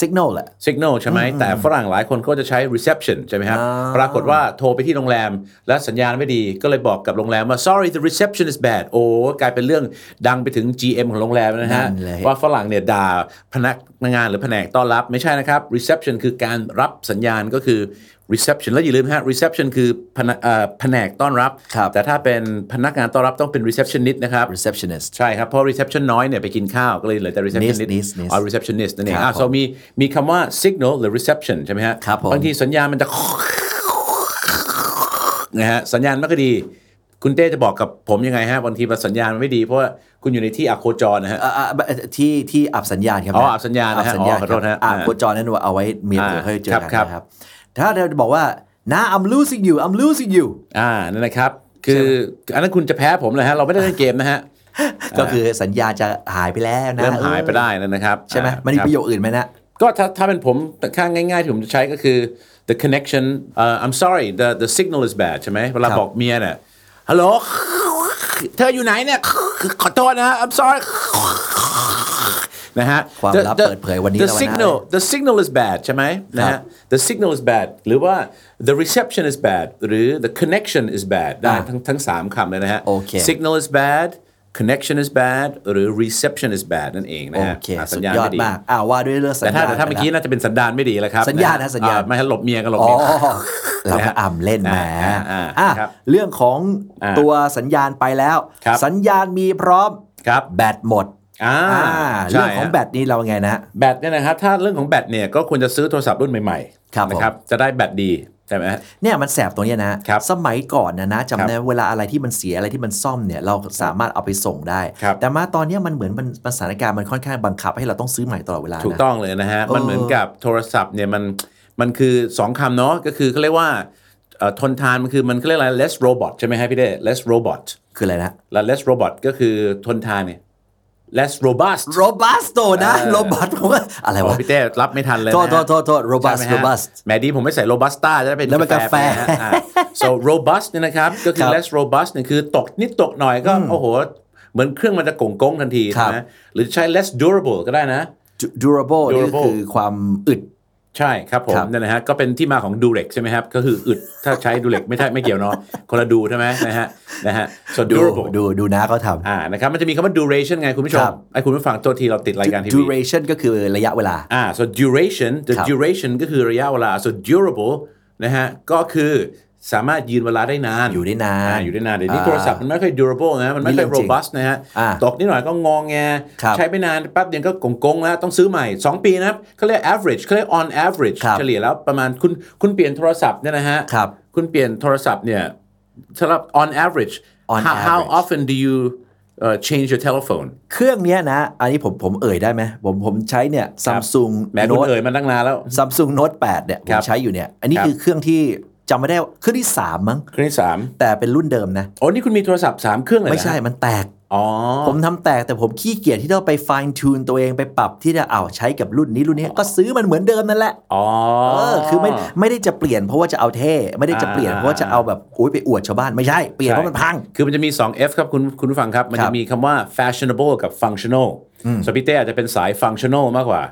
signal แหละ
signal ใช่ไหม แต่ฝรั่งหลายคนก็จะใช้ reception ใช่ไหมครับ
อ่า
ปรากฏว่าโทรไปที่โรงแรม และสัญญาณไม่ดีก็เลยบอกกับโรงแรมว่า sorry the reception is bad โอ้กลายเป็นเรื่องดังไปถึง GM ของโรงแรมนะฮะ
นั่นเลย
ว่าฝรั่งเนี่ยด่าพนักงานหรือแผนกต้อนรับไม่ใช่นะครับ reception คือการรับสัญญาณก็คือ reception แล้วอย่าลืมฮะ reception คือพนักเอ่อแผนกต้อนรับ
ครับ
แต่ถ้าเป็นพนักงานต้อนรับต้องเป็น receptionist นะครับ
receptionist
ใช่ครับ เพราะ reception น้อยเนี่ยไปกินข้าวก็เลยเหลือแต่ receptionist
Nis- nis- nis
อ๋อ receptionist นั่นเอง
ครั
อ่ะ
บผม
โซมีมีคำว่า signal หรือ reception ใช่ไหมฮะ
ครับผม
บางทีสัญญาณมันจะ นะฮะสัญญาณไม่ค่อยดี คุณเต้จะบอกกับผมยังไงฮะบางทีสัญญาณมันไม่ดีเพราะว่าคุณอยู่ในที่อโคจรนะฮะ
อ่ะอ่ะที่ที่อับสัญญาณครับ
อ๋ออับสัญญาณนะ
อั
ฮะ
บสัญญาณ
อ๋อขอโทษฮะ
อ่ะโคจรนั่นว่าเอาไว้เมีย
อ่า
เดี๋ยวค่อยเจอกัน
ครับ
นะครับ ถ้าเราจะบอกว่านะ I'm losing you I'm losing you
อ่านั่นนะครับ คืออันนั้นคุณจะแพ้ผมเลยฮะ เราไม่ได้เล่นเกมนะฮะ
ก็คือสัญญาณจะหายไปแล้วนะ
เริ่มหายไปได้แล้วนะครับ
ใช่ไหม
อ่า
มันมี
คบ
ประโยคอื่นไหมนะ
ก็ถ้าถ้าเป็นผมข้างง่ายๆที่ผมจะใช้ก็คือ the connection เอ่อ I'm sorry the the signal is bad ใช่ไหมเวลา
ครับ
บอกเมียเนี่ยฮัลโหลเธออยู่ไหนเนี่ย ขอโทษนะ I'm sorry นะฮะ
ความลับ
The- the-
เปิดเผยวันนี้
the
และวันหน้า
signal the signal is bad ใช่ไหมนะ
ครั
ฮะ
บ
the signal is bad หรือว่า the reception is bad หรือ the connection is bad ได้
อ่ะ
ทั้งทั้งสามคำเลยนะฮะ
โอเค
signal is bad connection is bad หรือ reception is bad นั่นเองนะ
โอเค
ฮะะ
สุดยอดมากอ่าว่าด้วยเรื่องสัญ
แต่
ญาณ
ถ้าแต่ถ้าเมื่อกี้
ไปแล้ว
น่าจะเป็นสัญญาณไม่ดีแล้วครับ
สัญญาณนะสัญญาณ
อ่ไม่ให้หลบเมียกันหลบ
อ๋อ
เมีย
เราก็อ่ำเล่ <laughs> นแหม
อ่าอ่า
อ่ะ
ครับ
เรื่องของ
อ่า
ตัวสัญญาณไปแล้ว
ครับ
สัญญาณมีพร้อม
ครับ
แบตหมด
อ่า
อ่า
ใช่
เรื่องของ
ฮะ
แบตนี่เราไงนะ
แบตเนี่ยนะครับถ้าเรื่องของแบตเนี่ยก็ควรจะซื้อโทรศัพท์รุ่นใหม่
ครับ
ๆนะครับจะได้แบตดีใช่ไหมฮะ
เนี่ยมันแสบตรงเนี้ยนะครับสมัยก่อนนะนะจำได้
ครับ
เวลาอะไรที่มันเสียอะไรที่มันซ่อมเนี่ยเราสามารถเอาไปส่งได้
ครับ
แต่มาตอนเนี้ยมันเหมือนมันมันสถานการณ์มันค่อนข้างบังคับให้เราต้องซื้อใหม่ตลอดเวลานะ
ถูกต้องเลยนะฮะ
เออ
มันเหมือนกับโทรศัพท์เนี่ยมันมันคือ 2คำเนาะก็คือเขาเรียกว่าเอ่อทนทานมันคือมันเขาเรียกอะไร less robot ใช่ไหมฮะพี่เด้ less robot
คืออะไรนะ
และ less robot ก็คือทนทานเนี่ย less robust
โรบัสโตนะโรบัสอะไร
โอ้
วะ
พี่เต้รับไม่ทันเลยนะ
โทษ
ฮะ
โทษโทษโทษ robust
ใช่ไหมฮะ
robust
แหมดีผมไม่ใส่ robusta จะได้เป็น
แล้วมันกาแฟ
นะฮะอ่ะ so robust เนี่ยนะครับ ก็คื
ค
อ
รับ
less robust เนี่ยคือตกนิดตกหน่อยก็ โอ้โห เหมือนเครื่องมันจะโก่งโก้งทันที
ครับ
นะหรือใช้ less durable ก็ได้นะ
Du- durable นี่ก็
Durable
คือความอึด
ใช่ครับผม
ครับ
นั่นนะฮะก็เป็นที่มาของดูเร็กใช่ไหมครับ ก็คืออึดถ้าใช้ดูเร็ก <laughs> ไม่ใช่ไม่เกี่ยวเนาะคนละดูใช่ไหมนะฮะนะฮะส่วน
ดู
durable
ดูดูนะเขาทำ
อ่านะครับมันจะมีคำว่า duration ไงคุณผู้ชม
ครับ
ไอ้คุณผู้ฟังตัวทีเราติดรายการทีวี
duration ก็คือระยะเวลา
อ่า so duration the
ครับ
duration ก็คือระยะเวลา so durable นะฮะก็คือสามารถยืนเวลาได้นาน
อยู่ได้นาน
อ่อยู่ได้นานเดี๋ยวนี้
อ่า
โทรศัพท์มันไม่ค่อย durable นะมันไม่ค่อย
นี่เรื่องจริง
robust นะฮะ
อ่า
ตกนิดหน่อยก็งองแง
ครับ
ใช้ไปนานแป๊บเดียวก็กงกงๆแล้วต้องซื้อใหม่ 2 ปีนะครับเขาเรียก average เขาเรียก on average
ครับ
เฉลี่ยแล้วประมาณคุณคุณเปลี่ยนโทรศัพท์เนี่ยนะฮะ
ครับ
คุณเปลี่ยนโทรศัพท์เนี่ยสำหรับ on average
On
how, how
average
often do you uh, change your telephone
เครื่องเนี้ยนะ อันนี้ผมผมเอ่ยได้ไหมผมผมใช้เนี่ยซัมซุง
แหม้คุณ
โน้ต
เอ่ยมาตั้งนานแล้ว
ซัมซุงโน้ต8เนี่ยผ
ครั
ม
บ
ใช้อยู่เนี่ย อันนี้
ครับ
คือเครื่องที่จำไม่ได้ว่าเครื่องที่ 3 มั้ง
เครื่องที่สาม
แต่เป็นรุ่นเดิมนะ
โอ้นี่คุณมีโทรศัพท์ 3 เครื่องเลยเหรอ
ไม่ใช่
ฮะ
มันแตก
อ๋อ
ผมทำแตกแต่ผมขี้เกียจที่ต้องไป fine tune ตัวเองไปปรับที่จะเอาวใช้กับรุ่นนี้รุ่นนี้ก็ซื้อมันเหมือนเดิมนั่นแหละ
อ๋อ
เออคือไม่ไม่ได้จะเปลี่ยนเพราะว่าจะเอาเท่ไม่ได้จะเปลี่ยน
อ่า
เพราะว่าจะเอาแบบโอ้ยไปอวดชาวบ้านไม่ใช่ เปลี่ยนเพราะมันพัง
คือมันจะมี 2 F ครับคุณคุณผู้ฟังครับ มัน
ครั
จะ
บ
มีคำว่า fashionable กับ functional สวนพิเต้อาจจะเป็นสาย functional มากกว่า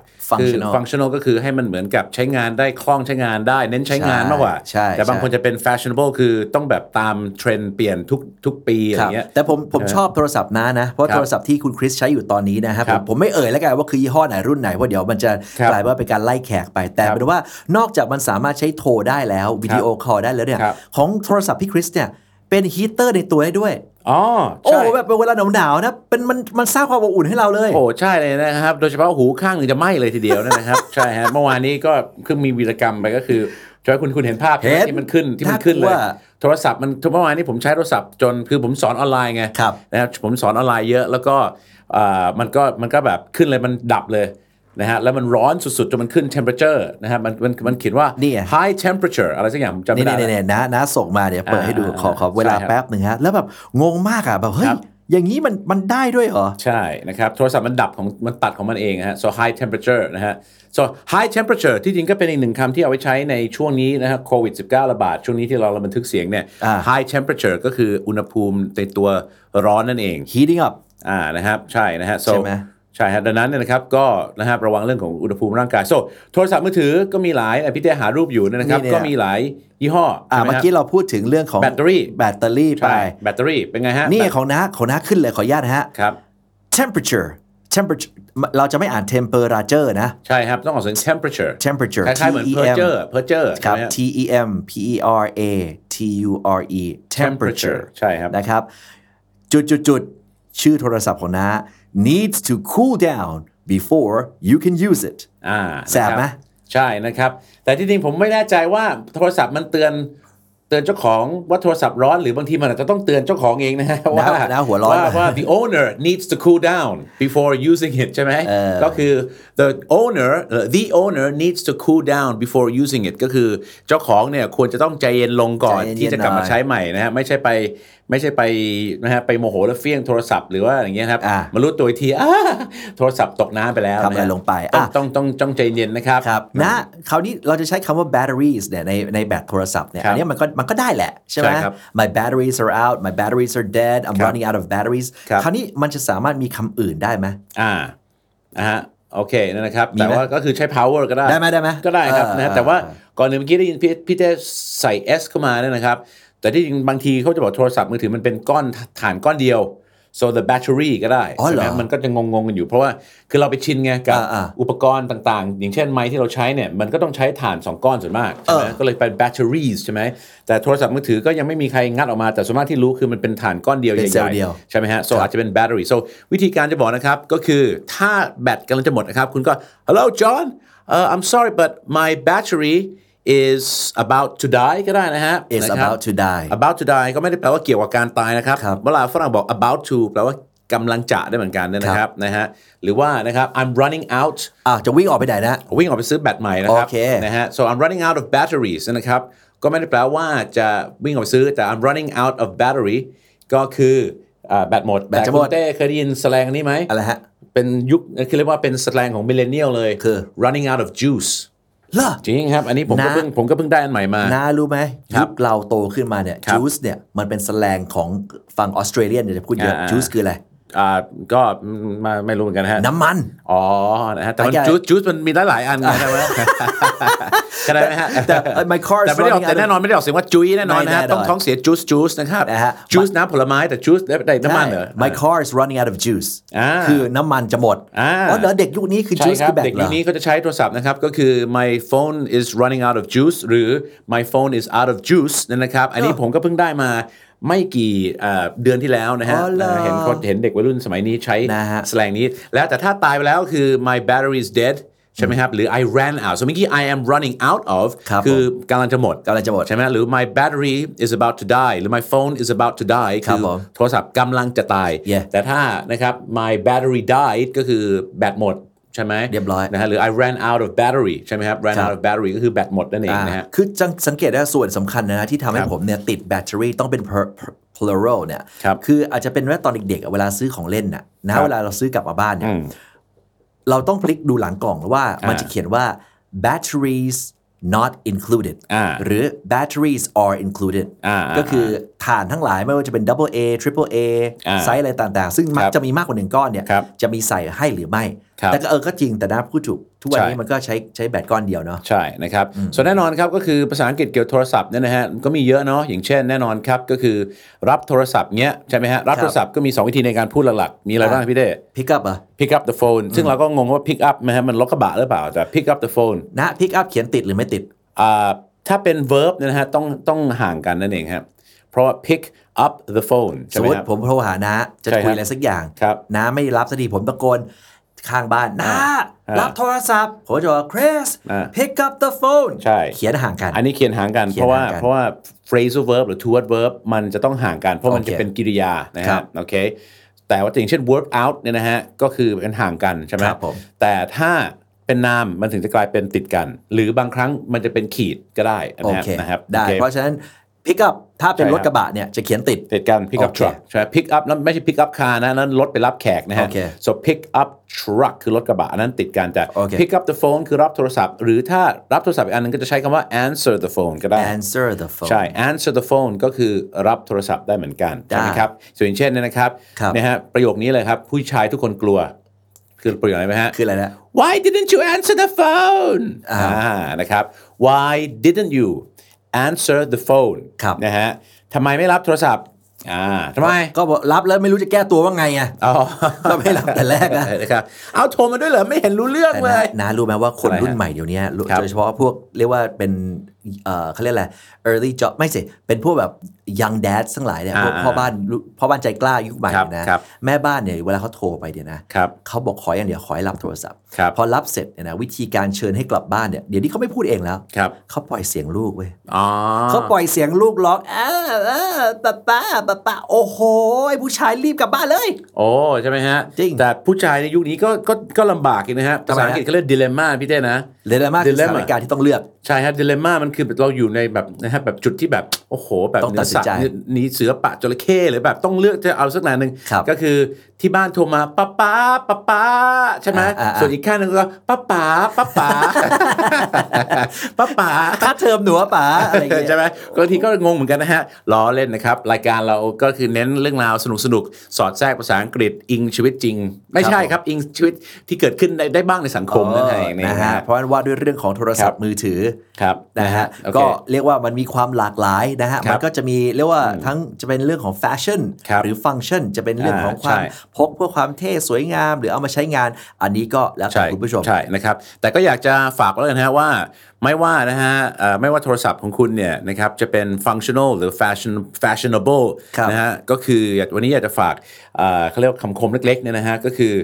functional
คือ functional ก็คือให้มันเหมือนกับใช้งานได้คล่องใช้งานได้ เน้นใช้งานมากกว่า
ใช่ใช่
แต่บางคนจะเป็น fashionable คือต้องแบบตามเทรนด์เปลี่ยนทุกทุกปีอะไร
ครับ
เงี้ย
แต่ผมผมชอบโทรศัพท์นะนะ เพราะโทรศัพท์ที่คุณคริสใช้อยู่ตอนนี้นะครับ
ค
ผ
รั
ม
บ
ผมไม่เอ่ยแล้วกันว่าคือยี่ห้อไหนรุ่นไหนเพราะเดี๋ยวมันจะ
ครับ
กลายว่าเป็นการไล่แขกไปแต่
ครับ
เป็นว่านอกจากมันสามารถใช้โทรได้แล้ววิดีโอคอลได้แล้วเนี่ย
ครับ
ของโทรศัพท์พี่คริสเนี่ยเป็นฮีตเตอร์ในตัวได้ด้วย
อ๋อ
โอ้
ใช่
แบบเวลาหนาวๆนะเป็นมันมันสร้างความอบอุ่นให้เราเลย
โอ้ใช่เลยนะครับ โดยเฉพาะหูข้างหนึ่งจะไหม้เลยทีเดียวนะครับ <laughs> ใช่ฮะเมื่อวานนี้ก็คือมีวีรกรรมไปก็คือจอยคุณคุณเห็นภาพใช่ไหม
เห็น
ที่มันขึ้นที่มันขึ้นเล
น่าย กลัว
โทรศัพท์มันเมื่อวานนี้ผมใช้โทรศัพท์จนคือผมสอนออนไลน์ไง
ครับ
นะครับผมสอนออนไลน์เยอะแล้วก็อ่ามันก็มันก็แบบขึ้นเลยมันดับเลยนะฮะแล้วมันร้อนสุดๆจนมันขึ้น temperature นะฮะมันมันมันเขียนว่า
เนี่ย
high temperature อะไรสักอย่างผมจำไม่
นี่
ได้
นี่
แล้ว
นี่นะนะส่งมาเดี๋ยวเปิดให้ดู
อ่า
ขอขอ
ใช่
เวลา
ครับ
แป๊บหนึ่งฮะแล้วแบบงงมากอ่ะแบบเฮ้ย
ครับ
อย่างนี้มันมันได้ด้วยเหรอ
ใช่นะครับโทรศัพท์มันดับของมันตัดของมันเองนะฮะ so high temperature นะฮะ so high temperature ที่จริงก็เป็นอีกหนึ่งคำที่เอาไว้ใช้ในช่วงนี้นะฮะโควิด 19 ระบาด ช่วงนี้ที่เราบันทึกเสียงเนี่ย
อ่า
high temperature ก็คืออุณหภูมิในตัวร้อนนั่นเอง
heating up
อ่านะครับใช่นะฮะ so
ใช่ไหม
ใช่ฮะดังนั้นเนี่ยนะครับก็นะครับระวังเรื่องของอุณหภูมิร่างกาย so โทรศัพท์มือถือก็มีหลายอ่ะพี่เต้หารูปอยู่เนยนะครับ
นี่เนี่ย
ก็มีหลายยี่ห้อ
อ่า
ใช่ไห
เมื่อ
ฮะ
กี้เราพูดถึงเรื่องของ
แบตเตอรี่
แบตเตอรี่ไป
ใช่แบตเตอรี่เป็นไงฮะ
นี่
แบต
ของน้าของน้าขึ้นเลยขออนุญาตนะฮะ
ครับ
temperature temperature เราจะไม่อ่าน temperature นะ
ใช่ครับต้องออกเสียง temperature
temperature
คล้ายๆเหมือน
TEM
perger perger
ค
ใช่
รับ
ไหมฮะ
T E M P E R A T U R E temperature
temperature ใช่ครับ
นะครับ จุดจุดจุดชื่อโทรศัพท์ของน้า needs to cool down before you can use it
อ่า
แสบไหม
นะครัใช่นะครับ แต่ที่จริงผมไม่แน่ใจว่าโทรศัพท์มันเตือนเตือนเจ้าของว่าโทรศัพท์ร้อนหรือบางทีมันอาจจะต้องเตือนเจ้าของเองนะฮะว่า
<laughs> น้าหัวร้อน
ว่า
นะ
ว่า the owner needs to cool down before using it ใช่ไหมก็คือ the owner the owner needs to cool down before using it ก็คือเจ้าของเนี่ยควรจะต้องใจเย็นลงก่อน
ใจเย็นๆ
ที่จะกลับ
หน่
มา
อย
ใช้ใหม่นะฮะไม่ใช่ไปไม่ใช่ไปนะฮะไปโมโหแล้วเฟี้ยงโทรศัพท์หรือว่าอย่างเงี้ยครับ
อ่ะ
มารู้ตัวอีก <laughs> ทีอ้าโทรศัพท์ตกน้ำไปแล้ว
ทำอะไรลงไป
ต้อง
อ่ะ
ต้องต้องต้องใจเย็นนะครับ
ครับนะคราวนี้เราจะใช้คำว่า batteries เนี่ยในในแบตโทรศัพท์เนี่ย
ครับ
อันเนี้ยมันก็มันก็ได้แหละ ใช่ไหม
ใช่ครับ
my batteries are out my batteries are dead I'm running out of batteries
ครับ
คราวนี้มันจะสามารถมีคำอื่นได้ไหม
อ่านะฮะโอเคนั่นนะครับ
มีไหม
แต่ว่าก็คือใช้ power ก็ได้
ได้ไหมได้ไหม
ก็ได้ครับ
เออ
นะฮะ
เออ
แต่ว่าก่อนหนึ่งเมื่อกี้ได้ยินพี่พี่เต้ใส่ S เข้ามาเนี่ยนะครับ แต่ที่จริงบางทีเขาจะบอกโทรศัพท์มือถือมันเป็นก้อนฐานก้อนเดียว so the battery ก็ได้
อ๋อ
ใช่
เหร
ไหม
อ
มันก็จะงงๆกันอยู่เพราะว่าคือเราไปชินไงกับ
อ่าอ่า
อุปกรณ์ต่างๆ อย่างเช่นไม้ที่เราใช้เนี่ยมันก็ต้องใช้ฐานสองก้อนส่วนมากใช่ไหม
เออ
ก็เลยเป็น batteries ใช่ไหมแต่โทรศัพท์มือถือก็ยังไม่มีใครงัดออกมาแต่ส่วนมากที่รู้คือมันเป็นฐานก้อนเดียว
เป็น
ให
เซลล์
ญ่
เดียว
ๆ ใช่ไหมฮะ so อาจจะเป็น battery so วิธีการจะบอกนะครับ ก็คือถ้าแบตกำลังจะหมดนะครับ คุณก็ hello John uh, I'm sorry but my battery is about to die ก็ได้นะฮะ
Is
นะครับ
about to die
about to die ก็ไม่ได้แปลว่าเกี่ยวกับการตายนะครับ
ครับ
เวลาฝรั่งบอก about to แปลว่ากำลังจะได้เหมือนกันนะครับ นะฮะ หรือว่านะครับ I'm running out
อ้าวจะวิ่งออกไปไหนนะ
วิ่งออกไปซื้อแบตใหม่นะครับ
โอเค
นะฮะ so I'm running out of batteries นะครับก็ไม่ได้แปลว่าจะวิ่งออกไปซื้อแต่ I'm running out of battery ก็คืออ่าแบตหมด
แบตจะหมด
คุณเต้เคยได้ยินสแลงอันนี้ไหม
อะไรฮะ
เป็นยุคคือเรียกว่าเป็นสแลงของ m ิเลเนียลเลย
คือ
running out of juice
เหรอ
จริงครับ อันนี้ผมก็
นะ
เพิ่งผมก็เพิ่งได้อันใหม่มา
น้ารู้ไหม
ครั
ยุค
บ
เราโตขึ้นมาเนี่ย
ครับ
juice เนี่ยมันเป็นสแลงของฝั่งออสเตรเลียนเดี๋ยวจะพูดเยอะ
อ่า
juice คืออะไร
อ่าก็มาไม่รู้เหมือนกันฮะ
น้ำมัน
อ๋อนะฮะแต่มัน
แต่
จูสจูสมันมีหลายๆอันนะใช่ไหม
<laughs>
ก็ได้ไหมฮะ
แต่ my car is
แต่ไม่ได้ออก
running out
แต่
of-
แน่นอนไม่ได้ออกเสียงว่าจุ้ยแน่นอนนะฮะ
ไม่แน่นอน
ต้องท้องเสียจูสจูสนะครับ
นะฮะ
จูสน้ำผลไม้แต่จูสได้ได้น้ำมันเหรอ
ใช่ my car is running out of juice
อ่า
คือน้ำมันจะหมด
อ่า
อเหรอเด็กยุคนี้คือ
ใช่
juice
ครั
คื
บ
อแบบ
เด็ก
เหร
ยุ
อ
คนี้ก็จะใช้โทรศัพท์นะครับ ก็คือ my phone is running out of juice หรือ my phone is out of juice นั่นนะครับ อันนี้ผมก็เพิ่งได้มาไม่กี่เอ่อเดือนที่แล้วนะฮะ
อ๋อเหรอ
เห็นคนเห็นเด็กวัยรุ่นสมัยนี้ใช้
นะฮะ
แสแลงนี้ แล้วแต่ถ้าตายไปแล้วคือ my battery is dead ใช่ไหมครับ หรือ I ran out ส่วนเมื่อกี้ I am running out of
ครับ
คือกำลังจะหมด
กำลังจะหมด
ใช่ไหมหรือ my battery is about to die หรือ my phone is about to die
ครับ
อ
ผม
โทรศัพท์กำลังจะตาย
Yeah
แต่ถ้านะครับ my battery died ก็คือแบตหมดใช่ไหม
เรียบร้อย
นะฮะหรือ I ran out of battery ใช่ไหมครับ ran
ครับ
out of battery ก็คือแบตหมดนั่นเองนะฮะ
อ่าคือจังสังเกตได้ว่าส่วนสำคัญนะที่ทำให้
ครับ
ผมเนี่ยติดแบตเตอรี่ต้องเป็น plur- plur- plural เนี่ย
ครับ
ออาจจะเป็นว่าตอนเด็กๆอ่ะเวลาซื้อของเล่นน่ะ
ค
นะ
รับ
เวลาเราซื้อกลับมาบ้านเนี่ยเราต้องพลิกดูหลังกล่องว่ามันจะเขียนว่า batteries not included
อ่า
หรือ batteries are included
อ่าอ่า
ก็คือฐานทั้งหลายไม่ว่าจะเป็น double A triple A
อ่า
ไซส์อะไรต่างๆ ซึ่งมัก
ครับ
จะมีมากกว่าหนึ่งก้อนเนี่ย
ครับ
จะมีใส่ให้หรือไม่
ครับ
แต่ก็เออก็จริงแต่นะพูดถูกทุกวัน
ใช่
นี้มันก็ใช้ใช้แบตก้อนเดียวเนาะ
ใช่นะครับ ส่วนแน่นอนครับก็คือภาษาอังกฤษเกี่ยวกับโทรศัพท์เนี่ยนะฮะก็มีเยอะเนาะอย่างเช่นแน่นอนครับก็คือรับโทรศัพท์เนี้ยใช่ไหมฮะรับ
ครับ
โทรศัพท์ก็มี 2 วิธีในการพูดหลักๆ มีอะไรบ้างพี่เด้
pick up เหรอ
pick up the phone ซึ่งเราก็งงว่า pick up นะฮะมันรถกระบะหรือเปล่าแต่ pick up the phone
นะพิกอัพเขียนติดหรือไม่ติด
อ่าถ้าเป็น verb เนี่ยนะฮะต้องต้องห่างกันนั่นเองครับเพราะว่า pick up the phone
ส
ใช่
ม
ไหม
มติ
ครับ
ผมโทรหานะจะ
ใช่ครับ
คุยอะไรสักอย่าง
ครับ
นะไม่รับสักทีผมตะโกนข้างบ้านนะ
อ่า
รับโทรศัพท์ผมจะบอกคริส
อ่า
pick up the phone
ใช่
เขียนห่างกัน
อันนี้เขียนห่างกัน
เขียน
เพราะว่า
ห่างกัน
เพราะว่า phrasal verb หรือ toward verb มันจะต้องห่างกัน เพราะมัน
โอเค
จะเป็นกริยานะ
ครั
ฮะ
บ
โอเคแต่ว่าอย่างเช่น work out เนี่ยนะฮะก็คือเป็นห่างกันใช่ไหม
ครับผม
แต่ถ้าเป็นนามมันถึงจะกลายเป็นติดกัน หรือบางครั้งมันจะเป็นขีดก็ได้
โอ
นะฮะ
เค
นะครับ
ได้
โอค
เพราะฉะนั้น pick up ถ้าเป็น
ใช่ครั
ร
บ
ถกระบะเนี่ยจะเขียนติด
ติดกัน pick up
โอเค
truck ใช่ไหม pick up นั้นไม่ใช่ pick up car นะนั้นรถไปรับแขกนะฮะ
โอเค
so pick up truck คือรถกระบะอันนั้นติดกันแต่
โอเค
pick up the phone คือรับโทรศัพท์ หรือถ้ารับโทรศัพท์อีกอันหนึงก็จะใช้คำว่า answer the phone ก็ได้
answer the phone
ใช่ answer the phone ก็คือรับโทรศัพท์ได้เหมือนกัน
ได้
ใช่ไหมครับส่วนอย่างเช่นเนยนะครับ
ครับ
นะฮะประโยคนี้เลยครับ ผู้ชายทุกคนกลัว คือประโยคอะไรไหมฮะ
คืออะไรนะ
Why didn't you answer the phone อ่านะครับ Why didn't you answer the phone
ครับ
นะฮะทำไมไม่รับโทรศัพท์อ่าทำไม
ก็บอกรับแล้วไม่รู้จะแก้ตัวว่าไงไง
อ๋อ
<laughs> ก็ไม่รับแต่แรกนะ
นะครับเอาโทรมาด้วยเหรอ ไม่เห็นรู้เรื่องเล
นะ
ย
นะรู้ไหมว่าคน
อะไรฮะ
รุ่นใหม่เดี๋ยวนี้รู้
ครับ
โดยเฉพาะพวกเรียกว่าเป็นเอ่อเขาเรียกอะไร early job ไม่สิเป็นพวกแบบ young dad ทั้งหลายเนี่ย
อ่า
พวกพ่อบ้านลูกพ่อบ้านใจกล้ายุคใหม่เนี่ยนะครับ แม่บ้านเนี่ยเวลาเขาโทรไปเนี่ยนะครับ เขาบอกขออย่างเดียวขอให้รับโทรศัพท์
ครับ
พอรับเสร็จเนี่ยนะวิธีการเชิญให้กลับบ้านเนี่ยเดี๋ยวนี้เขาไม่พูดเองแล้ว
ครับ
เขาปล่อยเสียงลูกเว้ย
อ๋อ
เขาปล่อยเสียงลูกร้องอ้าอ้าป้าป้าป้าป้าโอ้โหไอ้ผู้ชายรีบกลับบ้านเลย
โอ้ใช่ไหมฮะ
จริง
แต่ผู้ชายในยุคนี้ก็ก็ก็ลำบากอีกนะฮะ
ทำ
ภา
ไมฮะ
ษาอังกฤษเขาเรียกดิเลม่าพี่เต้นะ
เลยนะมากคือส
Dilemma
ถานการณ์ที่ต้องเลือก
ใช่ฮะดิเลม่ามันคือเราอยู่ในแบบนะฮะแบบจุดที่แบบโอ้โห แบบ
ต้องตัดสินใจ
เนื้อสัตว์หนีเสือปะจระเข้หรือแบบต้องเลือกจะเอาสักหน่อยหนึ่ง
ครับ
ก็คือที่บ้านโทรมาป้าป้าป้าป้าใช่ไหม
อ่าอ่าอ่า
ส่วนอีกข้างหนึงก็ป้าป้าป้าป้า
<laughs>
ป้าป้า
ค่าเทอมหนูอะป๋าอะไรอย่างเงี้ย
ใช่ไหมบางทีก็งงเหมือนกันนะฮะล้อเล่นนะครับ รายการเราก็คือเน้นเรื่องราวสนุกสนุกๆสอดแทรกภาษาอังกฤษอิงชีวิตจริง ไม่ใช่ครับ อิงชีวิตที่เกิดขึ้นได้ได้บ้างในสังคมนั่นเอง
นะ
นะ
ฮะ
ฮะ
เพราะว่าด้วยเรื่องของโทรศัพ
ครั
ท์
บ
มือถือ
ครับ
นะฮะ
โอเค
ก็เรียกว่ามันมีความหลากหลายนะฮะ
ครับ
มันก็จะมีเรียกว่าทั้งจะเป็นเรื่องของแฟชั่น
ครับ
หรือฟังก์ชันจะเป็นเรื่องของความ
อ่าใช่
พกเพื่อความเท่สวยงาม หรือเอามาใช้งาน อันนี้ก็แล้วแต่
ใช่
คุณผู้ชม
ใช่นะครับ แต่ก็อยากจะฝากไว้เลยนะฮะว่าไม่ว่านะฮะเอ่อไม่ว่าโทรศัพท์ของคุณเนี่ยนะครับจะเป็น functional หรือ fashion fashionable
ครับ
นะฮะก็คืออยากวันนี้อยากจะฝากเอ่อเขาเรียกว่าคำคมเล็กๆเนี่ยนะฮะก็คือ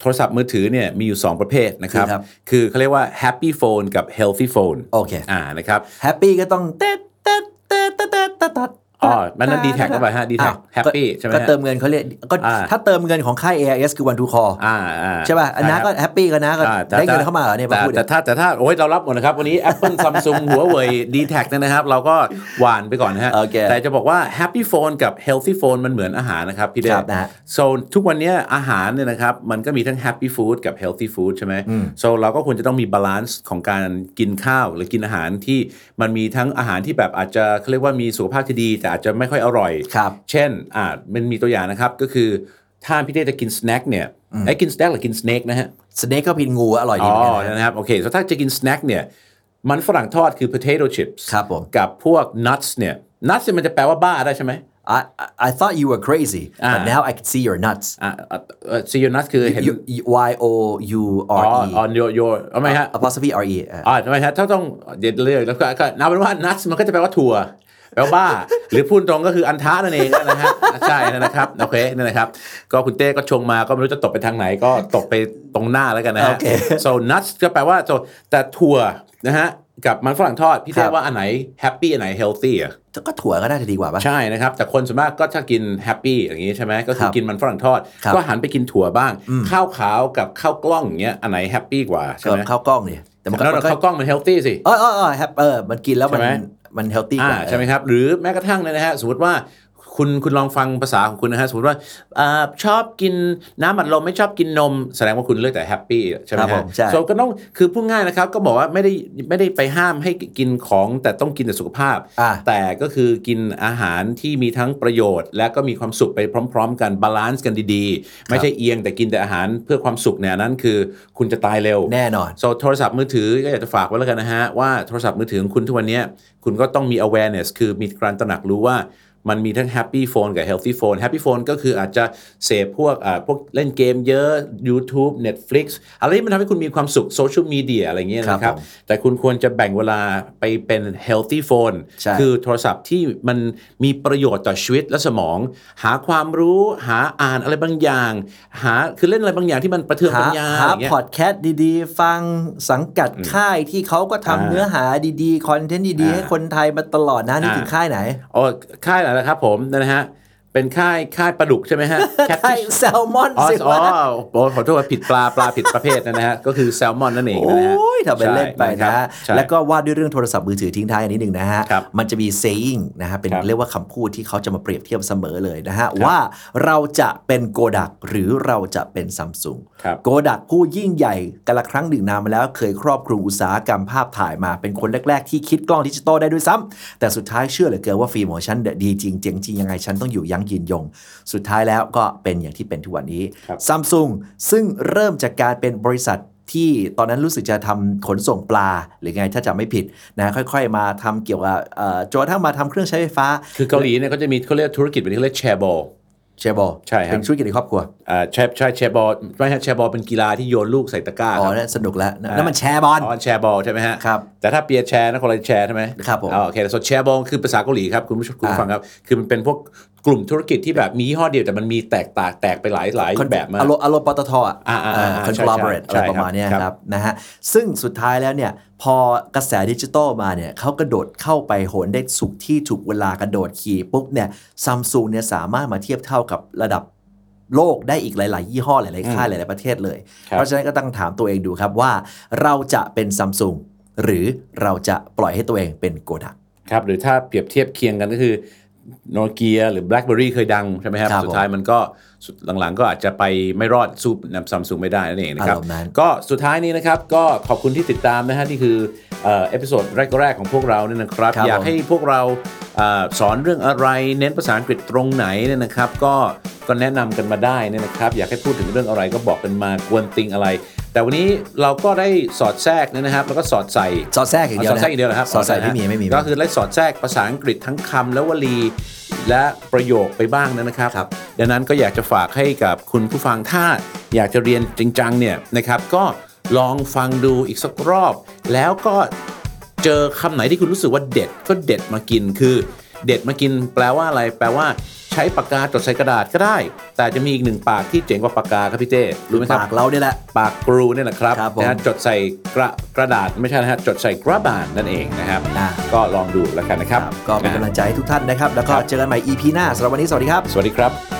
โทรศัพท์มือถือเนี่ยมีอยู่ 2 ประเภทนะครับ
คือครับ
คือเขาเรียกว่า happy phone กับ healthy phone
โอเค
อ่านะครับ
แฮปปี้ก็ต้องเต๊ดเต๊ดเต๊ดเต๊ดเต๊ดเต๊ดเต๊ด
อ๋อมันนั่นดีแท็กเข้าไปฮะดีแท็ก
อ่ะ
happy ใช่ไหม
ก็
ฮะ
เติมเงินเขาเรียกก็
อ่า
ถ้าเติมเงินของค่าย AIS คือวันทูคอ
อ่าอ่า
ใช่ป่ะอันนั้น
ครับ
ก็แฮปปี้ก็นะก็
อ่าแต่
ได้เงินเข้ามาเหรอเนี่ยมา
แต่
พูด
แต่
เนี่ย
ถ้าแต่ถ้าโอ้ยเรารับหมดนะครับ วันนี้ Apple Samsung <laughs> หัวเว่ย d t แทเนี่ยนะครับ เราก็หวานไปก่อนนะฮะ
โอเค
แต่จะบอกว่า Happy Phone กับ Healthy Phone มันเหมือนอาหารนะครับ พี่เด
ครั
ช
บนะฮะ
so ทุกวันเนี้ยอาหารเนี่ยนะครับ มันก็มีทั้ง Happy Food กับ Healthy Food ใช่ไหม so เราก็ควรจะต้องมีบาลานซ์ของการกินข้าวหรือกินอาหารที่มันมีทั้งอาหารที่แบบอาจจะเขาเรียกว่ามีสุขภาพที่ดี แต่อาจจะไม่ค่อยอร่อย
ครับ
เช่นอ่ามันมีตัวอย่างนะครับก็คือ ถ้าพี่เต้จะกินสแน็คเนี่ยไอ้ยกินสแน็คหรือกินสเน็กนะฮะ
สเน็กก็พินงูอร่อยดี
อ๋
เหมือน
อ
กันนะ
นะครับ โอเคถ้าจะกินสแน็คเนี่ย มันฝรั่งทอดคือ potato chips
ครับผม
กับพวก nuts เนี่ย nuts เนี่ยมันจะแปลว่าบ้าได้ใช่ไหม
I I- I thought you were crazy but
อ่า
now I can see your nuts
อ่าเอ่อ see your nuts คือเห็น
You- you- Y O U
อ๋
R
อ
E
on your your เอาไหมฮะ
apostrophe R E
อ่าทำไมฮะถ้าต้องเด็ดเลือกแล้วก็ก็นับเป็นว่า nuts มันก็จะแปลว่าถั่วแปลว่า <laughs> บ้า หรือพูดตรงก็คืออันท้านั่นเองนะ <laughs> ฮะใช่นะครับโอเคนั่นนะครับ ก็คุณเต้ก็ชงมาก็ไม่รู้จะตกไปทางไหนก็ตกไปตรงหน้าแล้วกันนะฮะ
โอเค
<laughs> so nuts ก็แปลว่า so แต่ถั่วนะฮะกับมันฝรั่งทอดพี่
ค
เต้
รับ
ว่าอันไหน happy อันไหน healthy อ่ะ
ก็ถั่วก็น่าจะดีกว่าป่ะ
ใช่นะครับ แต่คนส่วนมากก็ถ้ากินแฮปปี้อย่างนี้ใช่ไหมก็
ค
คือ
รับ
กินมันฝรั่งทอด
ครับ
ก็หันไปกินถั่วบ้าง ข้าวขาวกับข้าวกล้องอย่างเงี้ยอันไหนแฮปปี้กว่าใช่
เกิ
ไหม
บข้าวกล้องเนี่ยแต่มันก็
แล้ว
มันก็
ข้าวกล้องมันเฮลตี้สิ
เออเออเออครับเออมันกินแล้วมัน
ใช่ไหม
มันเฮลตี้ก
อ่า
ว่า
ใช่ไหมครับ หรือแม้กระทั่งเนี่ยนะฮะสมมติว่าคุณคุณลองฟังภาษาของคุณนะฮะสมมติว่าอ่าชอบกินน้ำอัดลมไม่ชอบกินนม แสดงว่าคุณเลือกแต่แฮปปี้ใช่ไห
ค
ม
รับผ
ฮะ
มใช่
โซก็ต้องคือพูดง่ายนะครับ ก็บอกว่าไม่ได้ไม่ได้ไปห้ามให้กินของแต่ต้องกินแต่สุขภาพ
อ่า
แต่ก็คือกินอาหารที่มีทั้งประโยชน์ และก็มีความสุขไปพร้อม ๆ กันบาลานซ์กันดีๆ ไม่ใช่เอียงแต่กินแต่อาหารเพื่อความสุขเนี่ยอันนั้นคือคุณจะตายเร็ว
แน่นอน
so โทรศัพท์มือถือก็อยากจะฝากไว้แล้วกันนะฮะ ว่าโทรศัพท์มือถือของคุณทุกวันเนี้ยคุณก็ต้องมี awareness คือมีการตระหนักรู้ว่ามันมีทั้ง happy phone กับ healthy phone happy phone ก็คืออาจจะเสพพวกอ่าพวกเล่นเกมเยอะ YouTube Netflix อะไรที่มันทำให้คุณมีความสุข social media อะไรอย่างเงี้ยนะค
ครั
รั
บบ ผม
แต่คุณควรจะแบ่งเวลาไปเป็น healthy phone
ใช่
คือ คือโทรศัพท์ที่มันมีประโยชน์ต่อชีวิตและสมอง หาความรู้หาอ่านอะไรบางอย่าง หาคือเล่นอะไรบางอย่างที่มันประเทือง
หา
ปัญญา
หา
อย่างเงี้ย
พอดแคสต์ดีๆ ฟังสังกัดค่ายที่เขาก็ทำ
อ่า
เนื้อหาดีๆ คอนเทนต์ดี ๆ
อ่า
ให้คนไทยมาตลอดนะนี่
อ่า
ถึงค่ายไหน
โอ้ค่ายอะไรนะครับผมนะฮะ เป็นค่ายค่ายปลาดุกใช่ไหมฮะ
<laughs> ค่าย
Catfish
แซลมอน
อ๋อ
สิ
อ๋อ
วะ
โอ้ขอโทษผิดปลาปลาผิดประเภทนะฮะ ก็คือแซลมอนนั่นเองนะฮะ
โอ้ยทำไปเล่นไปนะฮะ
ใช่
แล้วก็ว่าด้วยเรื่องโทรศัพท์มือถือทิ้งท้ายอันนิดหนึ่งนะฮะ
ครับ
มันจะมี saying นะฮะ เป็น
ครับ
เรียกว่าคำพูดที่เขาจะมาเปรียบเทียบเสมอเลยนะฮะ ว่าเราจะเป็นโกดักหรือเราจะเป็นซัมซุง
ครับ
โกดักผู้ยิ่งใหญ่กันละครั้งหนึ่งนานมาแล้วเคยครอบคลุมอุตสาหกรรมภาพถ่ายมาเป็นคนแรก ๆ ที่คิดกล้องดิจิตอลได้ด้วยซ้ำแต่สุดท้ายเชื่อเหลือเกินว่าฟิล์มของฉันเนี่ยดีจริงเจ๋งจริงยังไงฉันต้องอยู่ยั่งยืนยง สุดท้ายแล้วก็เป็นอย่างที่เป็นทุกวันนี้
ครับ
ซัมซุงซึ่งเริ่มจากการเป็นบริษัทที่ตอนนั้นรู้สึกจะทำขนส่งปลา หรือไงถ้าจำไม่ผิดนะค่อยๆ มาทำเกี่ยวกับเอ่อจนกระทั่งมาทำเครื่องใช้ไฟฟ้า
คือเกาหลีเนี่ยเขาจะมีเขาเรียกธุรกิจแบบนี้เขาเรียกแชร์บอล
เชบอ
ใช่ครับ
เป็นธุรกิจในครอบครัว
อ่าแชร์ใช่แชร์บอลไม่ใช่แชร์บอลเป็นกีฬาที่โยนลูกใส่ตะกร้า
อ๋อ
ครับ
นั่นสนุกแล้วนะ
อ่า
นั่นมันแชร์บอล
อ๋อแชร์บอลใช่ไหมฮะ
ครับ
แต่ถ้าเปียร์แชร์นะคนละแชร์ใช่ไหม
ครับผม
อ๋อโอเคแต่ส่วนแชร์บอลคือภาษาเกาหลีครับคุณผู้ชมคุณผู้ฟังครับ คือมันเป็นพวกกลุ่มธุรกิจที่แบบมียี่ห้อเดียวแต่มันมีแตกต่างแตกไปหลายหลาย
คอน
แบบมาก
อารมณ์อารมณ์ปตทอะ
อ่าอ่าอ่า
คอน collaborate อะ
ใช่
ไร
ใช่
ประมาณเนี้ย
ครับ
ครับนะฮะซึ่งสุดท้ายแล้วเนี่ยพอกระแสดิจิตอลมาเนี่ยเขากระโดดเข้าไปโหนได้สุกที่ถูกเวลากระโดดขี่ปุ๊บเนี่ยซัมซุงเนี่ยสามารถมาเทียบเท่ากับระดับโลกได้อีกหลาย ๆ ยี่ห้อหลาย ๆ ค่ายหลาย ๆ ประเทศเลย
ครับ
เพราะฉะนั้นก็ต้องถามตัวเองดูครับว่าเราจะเป็นซัมซุงหรือเราจะปล่อยให้ตัวเองเป็นโกดัก
ครับหรือถ้าเปรียบเทียบเคียงกันก็คือโนเกียหรือ BlackBerry เคยดังใช่ไหมครับ
ครับ
สุดท้ายมันก็สุดหลังๆ ก็อาจจะไปไม่รอดสู้นำซัมซุงไม่ได้นั่นเองนะครับ
อารมณ์นั้น
ก็สุดท้ายนี้นะครับ ก็ขอบคุณที่ติดตามนะฮะนี่คือเอ่อเอพิโซดแรกๆ ของพวกเราเนี่ยนะครับ
ครับ
อยาก
ผม
ให้พวกเราเออสอนเรื่องอะไร เน้นภาษาอังกฤษตรงไหนเนี่ยนะครับ ก็ก็แนะนำกันมาได้เนี่ยนะครับ อยากให้พูดถึงเรื่องอะไรก็บอกกันมากวนติงอะไร แต่วันนี้เราก็ได้สอดแทรกเนี่ยนะครับ แล้วก็สอดใส่
สอดแทรกอย่างเดียว
สอดแทรกอย่างเดียวเหรอครับ
สอดใส่ไม่มีไม่มี
ก็คือไล่สอดแทรกภาษาอังกฤษทั้งคำและวลี และประโยคไปบ้างนะครับ
ครับ
ดังนั้นก็อยากจะฝากให้กับคุณผู้ฟังถ้าอยากจะเรียนจริงจังเนี่ยนะครับ ก็ลองฟังดูอีกสักรอบ แล้วก็เจอคำไหนที่คุณรู้สึกว่าเด็ดก็เด็ดมากินคือ เด็ดมากินแปลว่าอะไร แปลว่าใช้ปากกาจดใส่กระดาษก็ได้ แต่จะมีอีกหนึ่งปากที่เจ๋งกว่าปากกาครับพี่เต้รู้ไหมครับ
ปากเราเนี่ยแหละ
ปากกรูเนี่ยนะครับ
ครับผม
นะฮะจดใส่กระกระดาษไม่ใช่นะฮะจดใส่กระบาดนั่นเองนะครับ
อ่า
ก็ลองดูแล้วกันนะครับ
ก็เป็นกำลังใจให้ทุกท่านนะครับแล้วก็เจอกันใหม่ EP หน้าสำหรับวันนี้สวัสดีครับ
สวัสดีครับ